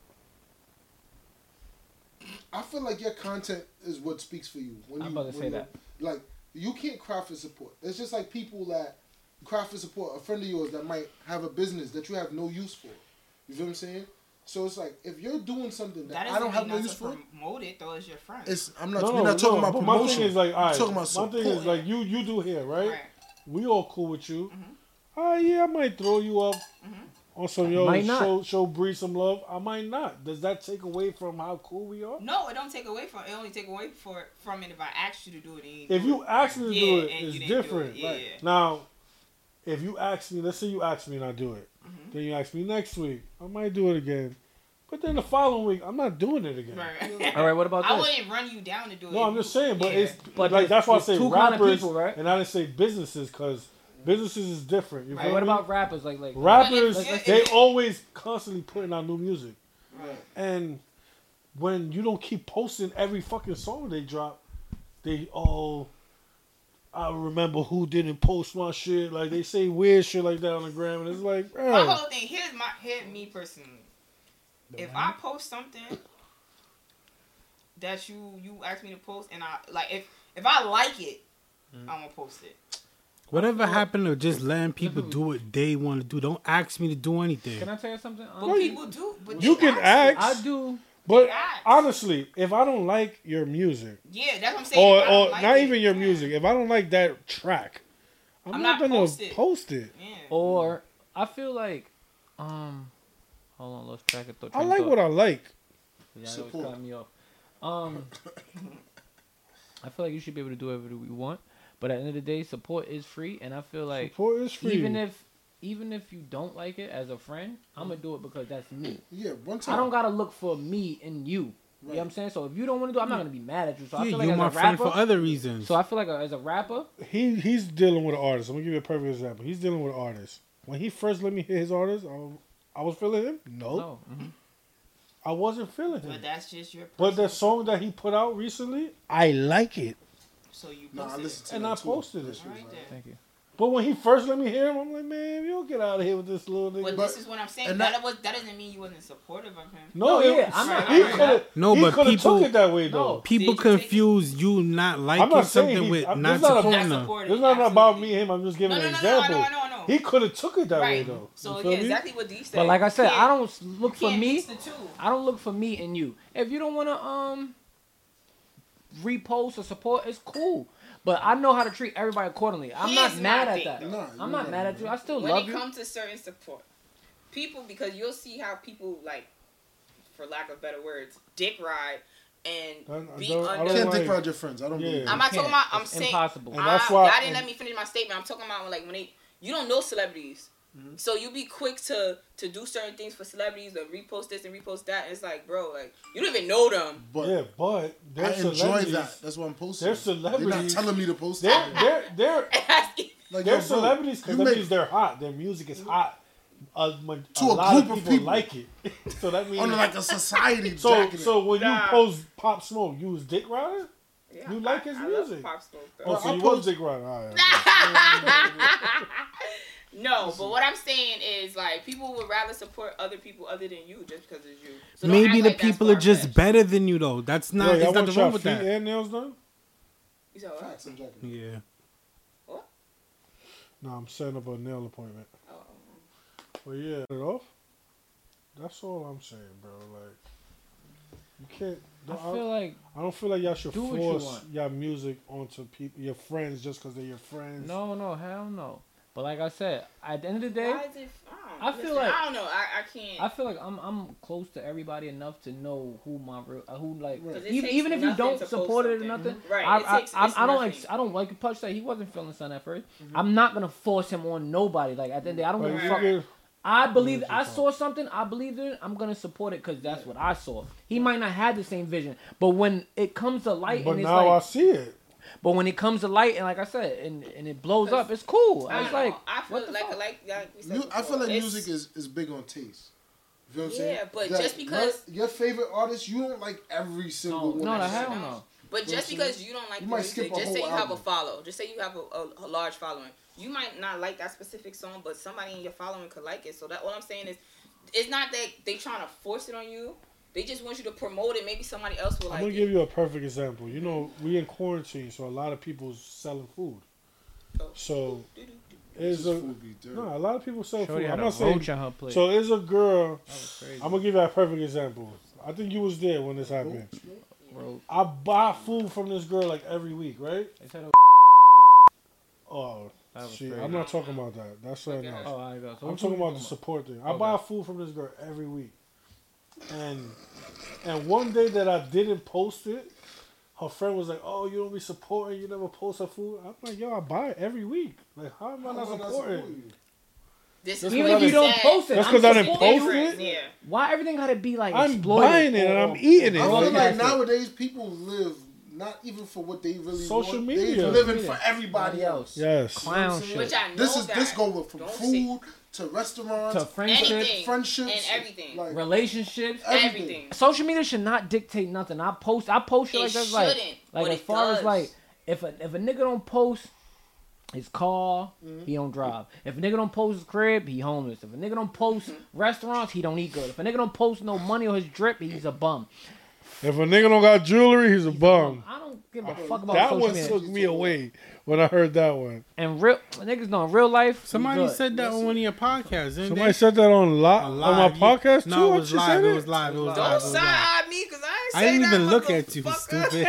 C: I feel like your content is what speaks for you. When you,
B: I'm about to
C: when
B: say
C: you- Like you can't cry for support. It's just like people that cry for support. A friend of yours that might have a business that you have no use for. You feel what I'm saying? So it's like if you're doing something that,
F: That
C: I don't have no
F: not
C: use
F: use
C: for, it,
F: promote it though as your friend.
C: it's I'm not.
A: No,
C: we're
A: no,
C: not talking
A: no,
C: about
A: but
C: promotion.
A: My thing is like, all right,
C: talking about
A: my thing is
C: support.
A: like you you do here, right?
F: Right.
D: Mm-hmm.
A: Ah, We all cool with you. Oh yeah, I might throw you up. Also, yo,
B: Might not.
A: show show Bree some love. I might not. Does that take away from how cool we are?
D: No, it don't take away from. It only take away for from it if I asked you to do it. and
A: If
D: do
A: you
D: it.
A: ask me to
D: Yeah,
A: do it,
D: and
A: it's
D: you didn't do it.
A: different.
D: Yeah.
A: Like, now, if you ask me, let's say you ask me and I do it,
D: Mm-hmm.
A: then you ask me next week, I might do it again. But then the following week, I'm not doing it again.
G: *laughs*
D: Right. *laughs*
B: All right, what about
D: I
B: this?
D: wouldn't run you down to do it.
A: No, I'm just saying, but
D: Yeah.
A: it's
B: But
A: like
B: it's-
A: that's why I
B: it's
A: say
B: two kind of
A: rappers,
B: people, right?
A: and I didn't say businesses because businesses is different. You
B: All
A: feel
B: right, what
A: me?
B: about rappers? Like, like
A: rappers?
B: Let's- let's-
A: they always constantly putting out new music,
G: Right.
A: and when you don't keep posting every fucking song they drop, they oh, I remember who didn't post my shit. Like they say weird shit like that on the gram, and it's like,
D: My
A: bruh,
D: whole thing here's my here me personally. If I post something that you you ask me to post and I like if if I like it,
G: Mm.
D: I'm gonna post it.
E: Whatever happened to just letting people do what they want to do? Don't ask me to do anything.
B: can I tell you something?
D: But
B: Um,
D: people do. But
A: you
D: they
A: can
D: me.
A: ask,
B: I do.
A: but
D: ask.
A: honestly, if I don't like your music.
D: Yeah, that's what I'm saying.
A: or,
D: If I don't
A: or
D: like
A: not
D: it,
A: even your music. If I don't like that track, I'm,
D: I'm
A: not,
D: not
A: gonna
D: post it.
A: post it.
D: Yeah.
B: Or I feel like, um, hold on, lost track of thought.
A: I like what I like.
B: Yeah, I know it's
G: Support.
B: cutting me off. Um, *coughs* I feel like you should be able to do whatever you want, but at the end of the day, support is free, and I feel like
A: Support is free.
B: even if even if you don't like it as a friend, I'm gonna do it because that's me.
C: Yeah, one time.
B: I don't gotta look for me and you. You know what I'm saying? So if you don't want to do, it, I'm not gonna be mad at you. So I
E: Yeah,
B: feel like
E: you
B: as
E: my
B: a
E: friend for
B: rapper,
E: other reasons.
B: so I feel like a, as a rapper,
A: he he's dealing with an artist. I'm gonna give you a perfect example. He's dealing with an artist. When he first let me hear his artist, I, I was feeling him. No,
B: no, mhm.
A: I wasn't feeling him.
D: But that's just your.
A: But the song that he put out recently, I like it,
D: So you
G: Nah, I
D: posted
G: listen to
A: and
G: that
A: I
G: too.
A: posted it.
D: it. Right there.
B: thank you.
A: But when he first let me hear him, I'm like, man, you'll get out of here with this little
D: But,
A: nigga.
D: this is what I'm saying.
G: and
D: That, was that doesn't mean you wasn't supportive of him.
A: no,
B: No,
A: it-
B: yeah, I'm not-
A: he
B: I'm not-
A: coulda-
E: No,
A: he
E: but
A: coulda
E: people-
A: took it that way though.
B: No,
E: People
D: Did you take it?
E: confuse you not liking
A: not saying
E: something
A: he-
E: with
A: I'm-
E: not
A: this not a-
E: supporting
D: Not
E: them.
D: supportive.
A: It's not about
D: absolutely.
A: me, him. I'm just giving
D: No, no,
A: an
D: no, no, I
A: example.
D: know, I know, I know.
A: He could have took it that way
D: Right.
A: though.
D: So
A: You
D: yeah,
A: feel me?
D: exactly what these said.
B: But like I said,
D: You
B: I
D: can't-
B: don't s- look
D: you
B: for
D: can't
B: me.
D: mix the two.
B: I don't look for me and you. If you don't want to um repost or support, it's cool. But I know how to treat everybody accordingly. I'm
D: Here's
B: not
D: my
B: mad at
D: thing,
B: that.
C: Nah, you're
B: I'm not
C: right,
B: mad
C: man.
B: at you. I still
D: when
B: love
D: it
B: you.
D: comes to certain support, people because you'll see how people like, for lack of better words, dick ride and
A: I- I
D: be
A: uh, don't- I
D: under.
A: don't
D: I
A: like-
G: Can't think about your friends. I don't
A: Yeah.
G: believe
D: am not talking about. I'm
B: It's
D: saying
B: impossible.
A: And that's
D: I,
A: why-
D: Ah, y'all didn't
A: and-
D: let me finish my statement. I'm talking about like when they you don't know celebrities,
A: Mm-hmm.
D: so you be quick to to do certain things for celebrities and repost this and repost that. It's like, bro, like you don't even know them. *laughs*
G: But
A: yeah, but they're
G: I enjoy
A: celebrities.
G: that. That's why I'm posting.
A: They're
G: it. They're not
A: celebrities.
G: telling me to post
A: They're
G: it.
A: they're they're
G: Like,
A: they're
G: yo, bro,
A: celebrities
G: you
A: because that
G: make-
A: means they're hot. Their music is hot. A, ma-
G: To
A: a
G: a
A: lot
G: group
A: of
G: of
A: people,
G: people.
A: like it. *laughs* So that means
G: on like a society
A: so
G: jacket.
A: so when you
D: Nah.
A: post Pop Smoke, you was Dick Rider.
D: Yeah,
A: You like
D: I-
A: his
D: I love
A: music?
D: Pop Smoke, though.
A: Oh, so
G: I
A: you was
G: post-
A: Dick Rider. All right.
D: no, but what I'm saying is like people would rather support other people other than you just because it's you. So don't
E: Maybe
D: act
E: the
D: like that's
E: people are just
D: far-fetched.
E: better than you though. That's not.
A: Wait, y'all
E: there's
A: want
E: nothing
A: y'all
E: wrong with
A: feet
E: that.
A: and nails done?
D: You said what?
G: Facts, I'm jacking.
A: Mm.
E: Yeah.
A: No, I'm setting up a nail appointment.
D: Oh.
A: Well, yeah, it off. That's all I'm saying, bro. Like, you can't.
B: I
A: I,
B: feel like
A: I don't feel like y'all should
B: Do what you
A: force
B: want.
A: your music onto people, your friends, just because they're your friends.
B: no, no, hell no. But like I said, at the end of the day,
D: Why is it? I, don't,
B: I feel
D: feel
B: like-
D: like I don't know. I, I can't.
B: I feel like I'm I'm close to everybody enough to know who my real uh, who like
G: Right.
D: 'Cause it
B: even,
D: takes
B: even if you
D: nothing to
B: don't
D: post
B: support it or
D: something. Mm-hmm.
B: nothing.
D: Right,
B: I,
D: it
B: I,
D: takes-
B: I,
D: it's
B: I don't
D: nothing.
B: ex- I don't like Punch that he wasn't feeling something at 1st i I'm not gonna force him on nobody. Like at the end of the day, I don't
A: Like,
B: give
A: Mm-hmm. you
B: a fuck.
A: get-
B: I believe
A: what you're
B: I
A: talking
B: saw something. I believed in it. I'm gonna support it because that's what I saw. He might not have the same vision, but when it comes to light,
A: but
B: and it's
A: now
B: like,
A: I see it.
B: but when it comes to light, and like I said, and, and it blows up, it's cool. I,
D: I
B: was
D: don't know.
B: like,
D: I feel
B: what the
D: like
B: fuck?
D: like, like we said
G: Mu- I feel like
D: before, it's-
G: music is, is big on taste.
C: You know what I'm saying?
D: Yeah, but
G: That-
D: just because
C: Your favorite artist, you don't like every
B: no,
C: single one.
B: no,
C: that
B: the
C: she
B: hell
C: does.
B: no.
D: But just
C: Listen,
D: because you don't like
C: you
D: the
C: might
D: music,
C: skip a
D: just say you
C: whole
D: have a
C: album.
D: follow. Just say you have a, a, a large following. You might not like that specific song, but somebody in your following could like it. So that all I'm saying is, it's not that they trying to force it on you. They just want you to promote it. Maybe somebody else will
A: I'm
D: like
A: gonna
D: it.
A: give you a perfect example. You know, we in quarantine, so a lot of people's selling food.
D: Oh.
A: So
D: Doo-doo-doo.
A: is
G: This
A: a
G: food be dirty.
A: no, a lot of people sell
B: Shorty
A: food. I'm
B: had a
A: not saying.
B: roach on her plate.
A: So is a girl.
B: that was crazy.
A: I'm gonna give you a perfect example. I think you was there when this happened.
B: Roach.
A: I buy food from this girl like every week, right?
B: They said it
A: Oh,
B: That was
A: She,
B: crazy.
A: I'm not talking about that. That's something
F: Okay.
A: else.
B: Oh, I got. So
A: I'm
B: what
A: talking
B: you
A: about the support thing. I
B: Okay.
A: buy food from this girl every week, and and one day that I didn't post it, her friend was like, "Oh, you don't be supporting. You never post her food." I'm like, "Yo, I buy it every week. Like, how am I not
C: How am I not
A: supporting?"
C: supporting you?
F: This
A: That's
F: is
B: Even
A: what
B: if
A: I
B: you
A: didn't-
B: don't post it,
A: That's
B: I'm
A: 'cause I didn't
B: just saying,
A: post it?
F: Yeah.
B: Why everything gotta be like
A: I'm
B: exploited
A: buying it and
B: or-
A: I'm eating it.
C: I
A: Well,
C: feel
A: you gotta
C: like
A: say-
C: nowadays people live not even for what they really
A: Social
C: want.
A: media.
C: They're living
B: Yeah.
C: for everybody else.
A: Yes,
B: Clown
C: Which
B: shit.
F: Which I know
C: This is this
F: that.
C: going from
F: Don't
C: food to restaurants,
B: To friendship,
F: Anything.
C: friendships,
F: And everything.
C: Like,
B: relationships.
F: Everything.
B: Social media should not dictate nothing. I post. I post shit
F: It
B: like that's
F: shouldn't,
B: like
F: but
B: like as
F: it
B: far
F: does.
B: as like if a if a nigga don't post his car,
F: Mm-hmm.
B: he don't drive. If a nigga don't post his crib, he homeless. If a nigga don't post
F: Mm-hmm.
B: restaurants, he don't eat good. If a nigga don't post no money or his drip, he's a bum.
A: if a nigga don't got jewelry, he's a bum.
B: I don't give a fuck
A: Um,
B: about
A: That
B: social
A: one
B: media.
A: took me away when I heard that one.
B: and real niggas know in real life. we
E: Somebody
B: good.
E: said that on one of your podcasts. didn't
A: Somebody
E: they?
A: said that on li-
E: A
A: on my
E: live-
A: podcast too.
E: No, it
A: What
E: was
A: you
E: live.
A: said
E: It was live. It was live.
F: Don't
E: It was live.
F: side me because I ain't
E: I didn't
F: say that,
E: even look at you,
F: motherfucker.
D: *laughs*
E: stupid.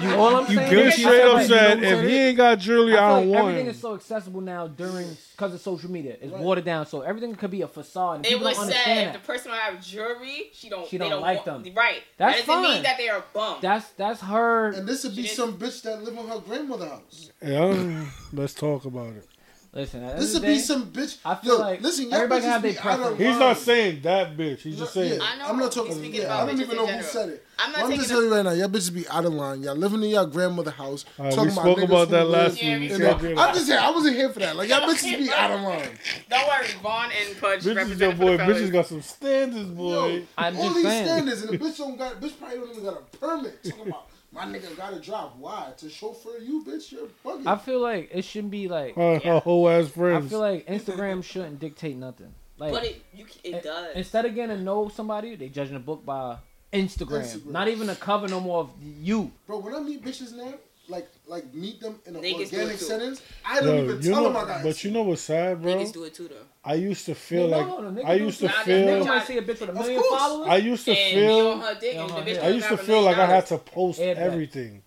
B: You, all I'm
E: you
B: saying
A: He
E: guilty
B: is-
E: She
A: straight
E: said
A: up
E: that.
A: said,
E: You know
A: if
E: what
A: he ain't got jewelry, I,
B: I feel
A: don't
B: like
A: want
B: everything
A: him.
B: is so accessible now during because of social media. It's
C: Right.
B: watered down, so everything could be a facade. And
F: It
B: people
F: was
B: don't
F: said
B: understand
F: if the
B: that.
F: person don't have jewelry, she don't.
B: She
F: they
B: don't
F: don't
B: like
F: want-
B: them.
F: Right.
B: That's
F: that doesn't
B: fine.
F: mean that they are a bum.
B: That's that's her.
C: and this would be
F: Shit.
C: some bitch that live in her grandmother's house.
B: *laughs*
A: Yeah, let's talk about it.
B: Listen, at the
C: This
B: end
C: would
B: of the
C: be
B: day,
C: some bitch.
B: I feel
C: yo,
B: like
C: listen, y'all
B: everybody
C: bitches
B: have their
C: be out of
B: preference.
A: He's
C: line.
A: not saying that bitch. He's just saying
C: Yeah,
F: I know.
C: I'm not
F: He's
C: talking.
F: speaking
C: Yeah,
F: about
C: I don't
F: bitches
C: even
F: in
C: know who
F: general.
C: said it.
F: I'm not
C: Well, I'm
F: taking
C: just
F: a-
C: telling you right now, y'all bitches be out of line. Y'all living in y'all grandmother's house.
A: All right,
C: talking
A: Uh, we spoke
C: niggas
A: about
C: who
A: that
C: live
A: last
F: Yeah,
A: week. We
F: we
C: in
A: can't
F: spoke
A: do
C: their-
A: that.
C: I'm just saying, I wasn't here for
F: *laughs*
C: that. Like y'all bitches be out of line.
F: Don't worry, Vaughn and Pudge
A: Bitch is your
F: represent
A: boy.
F: for the
A: Bitch
F: fellas.
A: has got some standards, boy.
C: Yo,
B: I'm
C: all
B: just
C: these
B: saying.
C: standards, and the bitch don't got. Bitch probably don't even got a permit. Talking about my nigga got to drive. Why? To chauffeur you, bitch. You're bugging.
B: I feel like it shouldn't be like.
A: Uh, Her, her whole ass
B: I
A: friends.
B: feel like Instagram shouldn't dictate nothing. Like
F: But it, you, c- it
B: in-
F: does.
B: instead of getting to know somebody, they judging a book by Instagram.
C: Instagram.
B: Not even a cover no more of you.
C: Bro, when I meet bitches now, like like meet them in an
F: Niggas do
C: organic
F: it too.
C: sentence, I don't
A: Yo,
C: even
A: you
C: tell
A: know,
C: them I got.
A: but you know what's sad, bro?
F: Niggas do it too, though.
A: I used to feel
B: Yeah,
A: like
B: no, no, niggas
A: I
B: do
A: used to
B: too.
F: Nah,
B: Nigga
A: feel.
B: might see a bitch with a million
C: course.
B: followers.
A: I used to
F: And you on
A: feel.
F: her dick,
B: Yeah,
F: and the
B: on her
F: bitch
B: dick.
A: I
F: don't
A: used to
F: have a
A: feel like
F: million
A: I had
F: dollars.
A: to post
B: Yeah, but-
A: everything.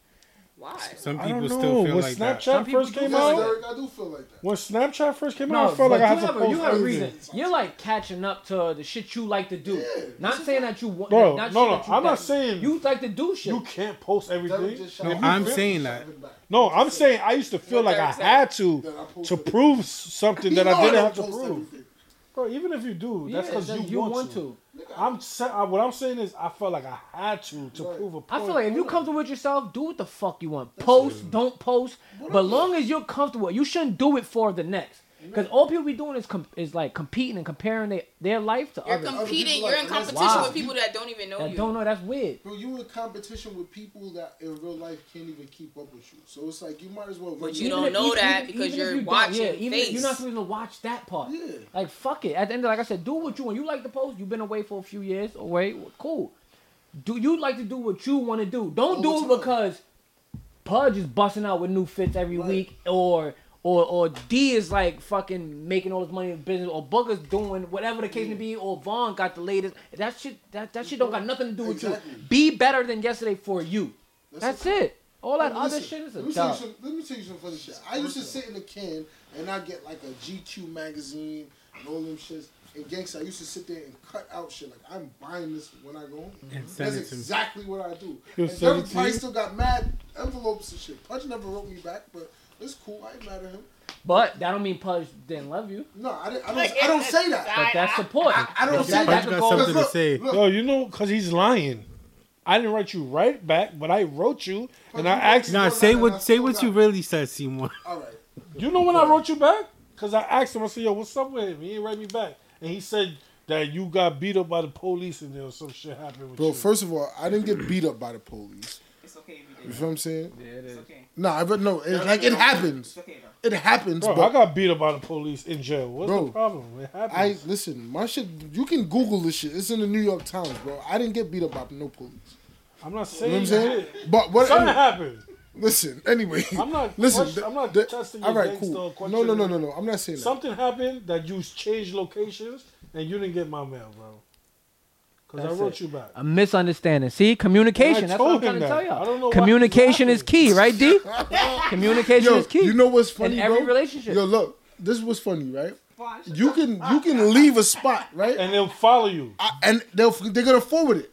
F: Why?
E: Some
A: I don't
E: people
A: know.
E: still feel
A: When
E: like that.
A: Snapchat
B: people
A: first
B: do
A: came
B: that.
C: Yes,
A: out,
C: Derek, I do feel like that.
A: when Snapchat first came
B: No,
A: out, I felt like
B: but
A: I had
B: you
A: to
B: have, a,
A: post
B: you have a
A: everything.
B: reason. You're like catching up to the shit you like to do.
C: Yeah.
B: not saying that you want.
A: Bro,
B: not
A: no,
B: shit
A: no,
B: that you
A: I'm not
B: like.
A: saying-
B: you like to do shit.
A: You can't post
C: Derek
A: everything.
C: just
E: No,
C: shot-
E: I'm
C: Derek
E: saying
C: just shot
E: that.
C: him back.
A: No, I'm saying I used to feel like I had
C: That I
A: to to
C: posted.
A: prove something
C: You
A: that
C: know
A: I didn't
C: don't
A: have to
C: post
A: prove.
C: everything.
A: Bro, even if you do, that's
B: Yeah,
A: because
B: that
A: you, want, to.
C: Nigga,
A: I'm sa- I, what I'm saying is I felt like I had to to
C: Right.
A: prove a point.
B: I feel like if you comfortable with yourself, do what the fuck you want. Post, don't post, but long as you're comfortable, you shouldn't do it for the next. Because all people be doing is com- is like competing and comparing their, their life to
F: You're
B: others.
F: competing.
C: people
F: You're
C: like
F: in
C: that.
F: competition
B: Wow.
F: with people that don't even know
B: I
F: you.
B: don't know. That's weird.
C: Bro, you in competition with people that in real life can't even keep up with you. So it's like you might as well.
F: But
C: really-
F: you don't know that because
B: if
F: you're
B: you don't-
F: watching
B: Yeah, even if
F: face.
B: you're not supposed to watch that part.
C: Yeah.
B: Like fuck it. At the end, of, like I said, do what you want. You like to post. You've been away for a few years. Away, well, cool. Do you like to do what you want to do? Don't
C: All
B: do
C: the time.
B: it because Pudge is busting out with new fits every
C: Right.
B: week, or or or D is like fucking making all this money in business, or Booker's doing whatever the case may be, or Vaughn got the latest. That shit, that, that shit don't got nothing to do with
C: Exactly.
B: you. Be better than yesterday for you. That's,
C: a-
B: it. All that
C: Let me
B: other
C: listen.
B: shit is a
C: let me
B: dub.
C: Tell you some, let me tell you some funny shit. I used to sit in a can and I get like a GQ magazine and all them shits. And gangsta, I used to sit there and cut out shit. Like I'm buying this when I go home.
E: And send
C: That's
E: it to me.
C: exactly what I do.
A: You'll
C: And
A: send
C: Derek
A: it to
C: probably
A: you?
C: still got mad envelopes and shit. Punch never wrote me back, but it's cool. I ain't mad at him.
B: But that don't mean Pudge didn't love you.
C: No, I, didn't, I don't. I don't say that.
B: But that's support.
C: I, I don't
E: Punch
C: say that.
E: got
C: because
E: something to
C: look,
E: say.
C: look,
A: Yo, you know, because he's lying. I didn't write you right back, but I wrote you and I asked.
E: Nah, say what say what you really said, Seymour.
C: All right.
A: You know when I wrote you back? Because I asked him. I said, "Yo, what's up with him?" He didn't write me back, and he said that you got beat up by the police and there was some shit happened with
C: Bro,
A: you.
C: first of all, I didn't get beat up by the police.
D: It's okay if you
C: You
D: did.
C: feel what I'm saying?
D: It's okay.
C: No, I but no, it, like it happens.
D: It's okay though.
C: It happens,
A: bro,
C: but
A: I got beat up by the police in jail. What's
C: Bro,
A: the problem? It happened.
C: I listen. My shit, you can Google this shit. It's in the New York Times, bro. I didn't get beat up by no police.
A: I'm not
C: You
A: saying
C: know what I'm saying?
A: shit.
C: But what?
A: Something
C: any-
A: happened.
C: listen, anyway.
A: I'm not
C: *laughs* Listen,
A: question- I'm not testing your
C: All right,
A: gangster
C: cool.
A: question.
C: No, no, no, no, no. I'm not saying that.
A: Something happened that you changed locations and you didn't get my mail, bro. Because I
B: That's
A: wrote
B: it.
A: you back.
C: Uh,
B: A misunderstanding. See, communication.
A: I
B: That's what I'm
A: told
B: trying
A: him
B: to tell
A: that. I don't know
B: y'all.
A: why
B: Communication
A: this
B: is
A: is
B: key, right, D? communication
C: Yo,
B: is key.
C: you know what's funny,
B: in every
C: bro?
B: relationship.
C: Yo, look, this was funny, right?
D: Why?
C: You can you
D: *laughs*
C: can leave a spot, right?
A: And they'll follow you.
C: I, and they'll they're gonna forward it.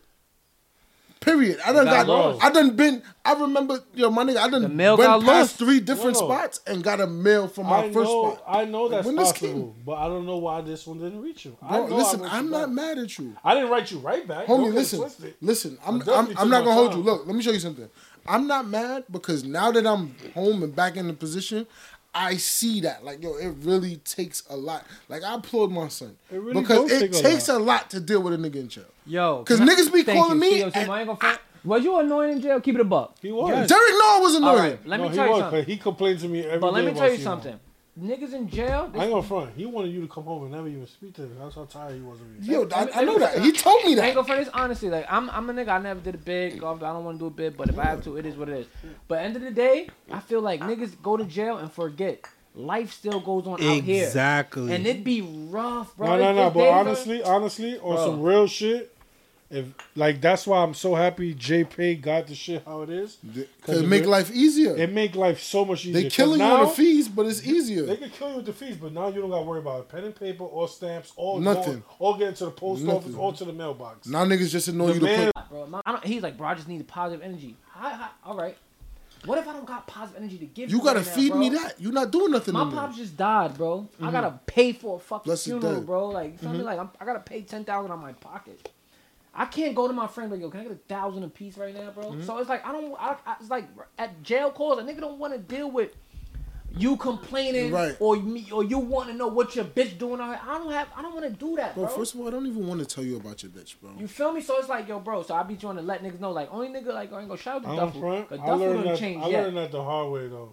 C: Period. I done got.
B: got lost.
C: I done been. I remember, yo, my nigga. I
B: The
C: done
B: mail
C: went
B: got
C: past
B: lost.
C: three different
A: No.
C: spots and got a mail from my
A: I
C: first
A: know,
C: spot.
A: I know that's
C: when this came-
A: possible, but I don't know why this one didn't reach you. I
C: Bro,
A: know I
C: listen,
A: wrote you
C: I'm not
A: back.
C: mad at you,
A: I didn't write you right back. Don't
C: homie.
A: get it
C: Listen,
A: twisted.
C: listen.
A: I
C: I'm
A: definitely
C: I'm,
A: took
C: I'm not
A: my
C: gonna hold
A: time.
C: you. Look, let me show you something. I'm not mad because now that I'm home and back in the position, I see that like yo, it really takes a lot. Like I applaud my son
A: It really
C: because
A: does
C: it
A: take a
C: takes
A: lot.
C: a lot to deal with a nigga in jail.
B: Yo,
C: 'Cause
B: can I-
C: niggas be
B: Thank
C: calling
B: you.
C: me
B: See, yo, see,
C: and-
B: I ain't gonna front. Was you annoying in jail? Keep it a buck.
A: He was.
C: Derek Noah was annoying.
B: All right, let
A: No,
B: me
A: he
B: tell you
A: was,
B: something.
A: 'cause He complained to me every
B: But let
A: day
B: me
A: about
B: tell you
A: Seymour.
B: something. Niggas in jail.
A: I ain't gonna front. He wanted you to come home and never even speak to him. That's how tired he was of you.
C: Yo, I,
B: Let me-
C: I know
B: let me-
C: that. He told me
B: I ain't
C: that.
B: gonna front this honestly. Like I'm, I'm a nigga. I never did a bid. Golf. I don't want to do a bid. But if I have to, it is what it is. But end of the day, I feel like niggas go to jail and forget. Life still goes on out here.
E: Exactly.
B: And it be rough, bro.
A: No, no,
B: It's-
A: no.
B: it's
A: But
B: days, bro.
A: honestly, honestly, on
B: Bro.
A: some real shit, if like that's why I'm so happy J. Pay got the shit how it is.
C: Cause it make life easier.
A: It make life so much easier.
C: they
A: 'Cause
C: killing you on
A: now,
C: the fees, but it's
A: They
C: easier.
A: can kill you with the fees, but now you don't got to worry about it. pen and paper or stamps or
C: Nothing.
A: Going, or getting to the post
C: Nothing.
A: office or to the mailbox.
C: Now niggas just annoy
A: The
C: you to
A: man-
C: put.
B: bro. my- I don't, he's like, bro, I just need positive energy. Hi, hi, all right. What if I don't got positive energy to give?
C: You
B: you
C: gotta
B: right now,
C: feed me
B: bro?
C: that. You're not doing nothing.
B: My
A: Mm-hmm.
C: in there.
B: pops just died, bro. I gotta pay for a fucking
C: Bless his
B: funeral,
C: dead.
B: bro. Like, you feel
A: Mm-hmm.
B: me? Like, I'm, I gotta pay ten thousand out of my pocket. I can't go to my friend like, yo, can I get a thousand a piece right now, bro?
A: Mm-hmm.
B: So it's like I don't. I, I, it's like at jail calls, a nigga don't want to deal with you complaining
C: Right.
B: or me or you want to know what your bitch doing. out here. I don't have. I don't want to do that,
C: Bro,
B: bro.
C: first of all, I don't even want to tell you about your bitch, bro.
B: You feel me? So it's like, yo, bro. So I be trying to let niggas know, like, only nigga, like, I ain't gonna shout out to
A: I'm
B: Duffel.
A: front.
B: 'cause
A: I
B: Duffel
A: learned
B: done
A: that.
B: changed
A: I
B: yet.
A: learned that the hard way though.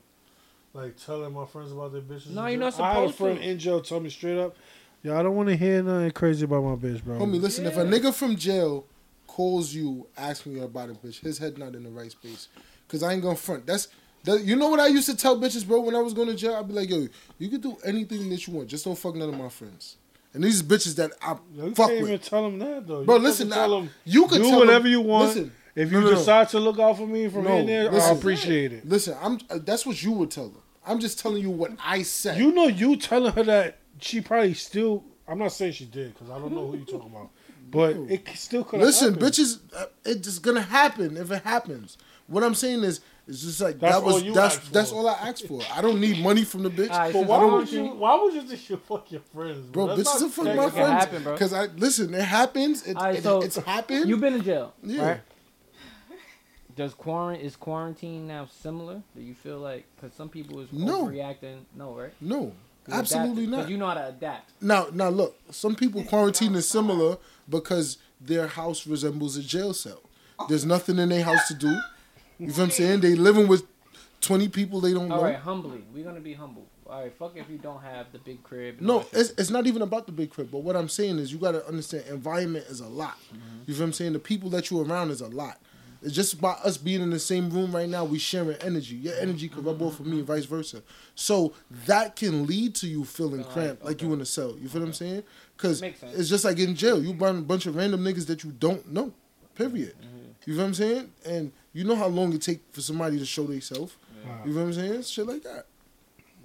A: Like telling my friends about their bitches.
B: No,
A: in
B: you're
A: jail.
B: not
A: I had a
B: supposed
A: friend
B: to.
A: in jail tell me straight up, "Yo, I don't want to hear nothing crazy about my bitch, bro."
C: Homie, listen, if a
B: Yeah.
C: nigga from jail calls you asking you about a bitch, his head not in the right space. Cause I ain't gonna front. That's that, you know what I used to tell bitches, bro, when I was going to jail, I'd be like, yo, you can do anything that you want. Just don't fuck none of my friends. And these bitches that I
A: you
C: fuck
A: can't even
C: with.
A: tell them that though.
C: Bro,
A: You
C: listen,
A: fucking tell
C: I-
A: them
C: you could
A: do
C: tell
A: whatever
C: them-
A: you want.
C: listen,
A: if
C: no,
A: you
C: no, no.
A: decide to look out for me from
C: No,
A: here and there, I
C: listen.
A: appreciate it.
C: Listen, I'm uh, that's what you would tell them. I'm just telling you what I said.
A: You know, you telling her that she probably still. I'm not saying she did because I don't know who you talking about, but it c- still could.
C: Listen, bitches, uh, it's just gonna happen if it happens. What I'm saying is, it's just like
A: That's
C: that was
A: all you
C: that's
A: asked for.
C: that's all I asked for. I don't need money from the bitch,
B: All right,
A: But
B: since
A: why
B: I don't
A: would you? Why would you think you fuck your friends,
C: bro.
A: That's
C: bitches
A: not
C: are fucking
A: fair.
C: my
B: It can happen,
C: friends
B: bro.
C: because I listen. It happens. It,
B: All right,
C: it-
B: so
C: it's happened.
B: You've been in jail.
C: yeah.
B: right? Does quarantine is quarantine now similar? Do you feel like because some people is
C: No.
B: overreacting? No, right?
C: No,
B: You
C: absolutely
B: adapted, 'cause
C: not.
B: You know how to adapt.
C: Now, now look. Some people quarantine is similar because their house resembles a jail cell. There's nothing in their house to do. You feel what I'm saying? They living with twenty people they don't
B: All
C: know.
B: right, humbly, we're gonna be humble. All right, fuck if you don't have the big crib. and all
C: No,
B: that shit.
C: it's, it's not even about the big crib. But what I'm saying is, you got to understand, environment is a lot.
B: Mm-hmm.
C: You feel what I'm saying? The people that you're around is a lot. It's just by us being in the same room right now, we sharing energy. Your energy could rub off of me, and vice versa. So that can lead to you feeling
B: Like,
C: cramped, like you in a cell. You feel what I'm saying? Because
B: Makes sense.
C: it's just like in jail, you run a bunch of random niggas that you don't know. Period.
B: Mm-hmm.
C: You feel what I'm saying? And you know how long it take for somebody to show themselves. You feel what I'm saying? Shit like that.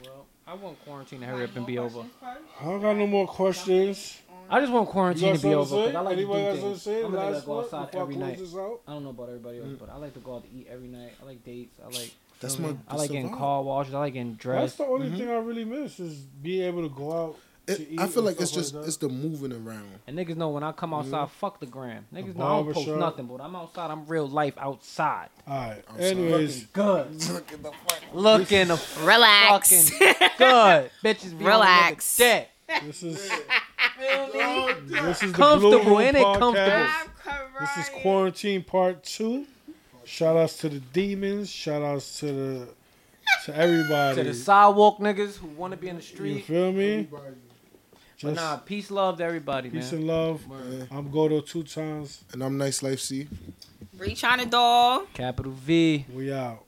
B: well, I want quarantine to hurry up and be over.
A: I don't got no more questions.
B: I just want
A: You
B: quarantine
A: got
B: to
A: something
B: be
A: to
B: over. 'cause
A: say?
B: I like to
A: Anybody got
B: do
A: something to
B: things.
A: say?
B: I'm gonna
A: Last
B: like, go
A: word
B: outside
A: before I
B: every
A: close
B: night.
A: this out.
B: I don't know about everybody else, but I like to go out to eat every night. I like dates. I like.
C: That's
B: feel
C: my-
B: me? I
C: that's
B: like
C: the
B: getting
C: vibe.
B: car washes. I like getting
A: That's
B: dressed.
A: the only thing I really miss is being able to go out.
C: It-
A: to eat
C: I feel
A: and
C: like it's
A: stuff
C: just
A: that.
C: it's the moving around.
B: And niggas know when I come outside, fuck the gram. Niggas
A: The
B: know I don't post
A: barbershop.
B: nothing, but I'm outside. I'm real life outside.
A: All right.
C: I'm sorry.
A: Anyways,
B: Good.
C: Look at the
B: Looking the *laughs*
F: Relax.
B: fucking
F: *laughs*
B: good. Bitches be
F: Relax.
B: Relax. On the nigga dick.
A: this *laughs* is
B: Feel me?
A: this is the
B: Comfortable,
A: Blue Room
B: ain't it
A: podcast.
B: comfortable?
A: This is quarantine part two. Shout outs to the demons. Shout outs to the to everybody.
B: To the sidewalk niggas who want to be in the
A: you
B: street.
A: feel me?
B: But
A: Just
B: nah, peace, love to everybody,
A: peace
B: man.
A: and love. I'm Goto two times.
C: And I'm Nice Life C.
F: Reach on the door.
B: Capital V.
A: We out.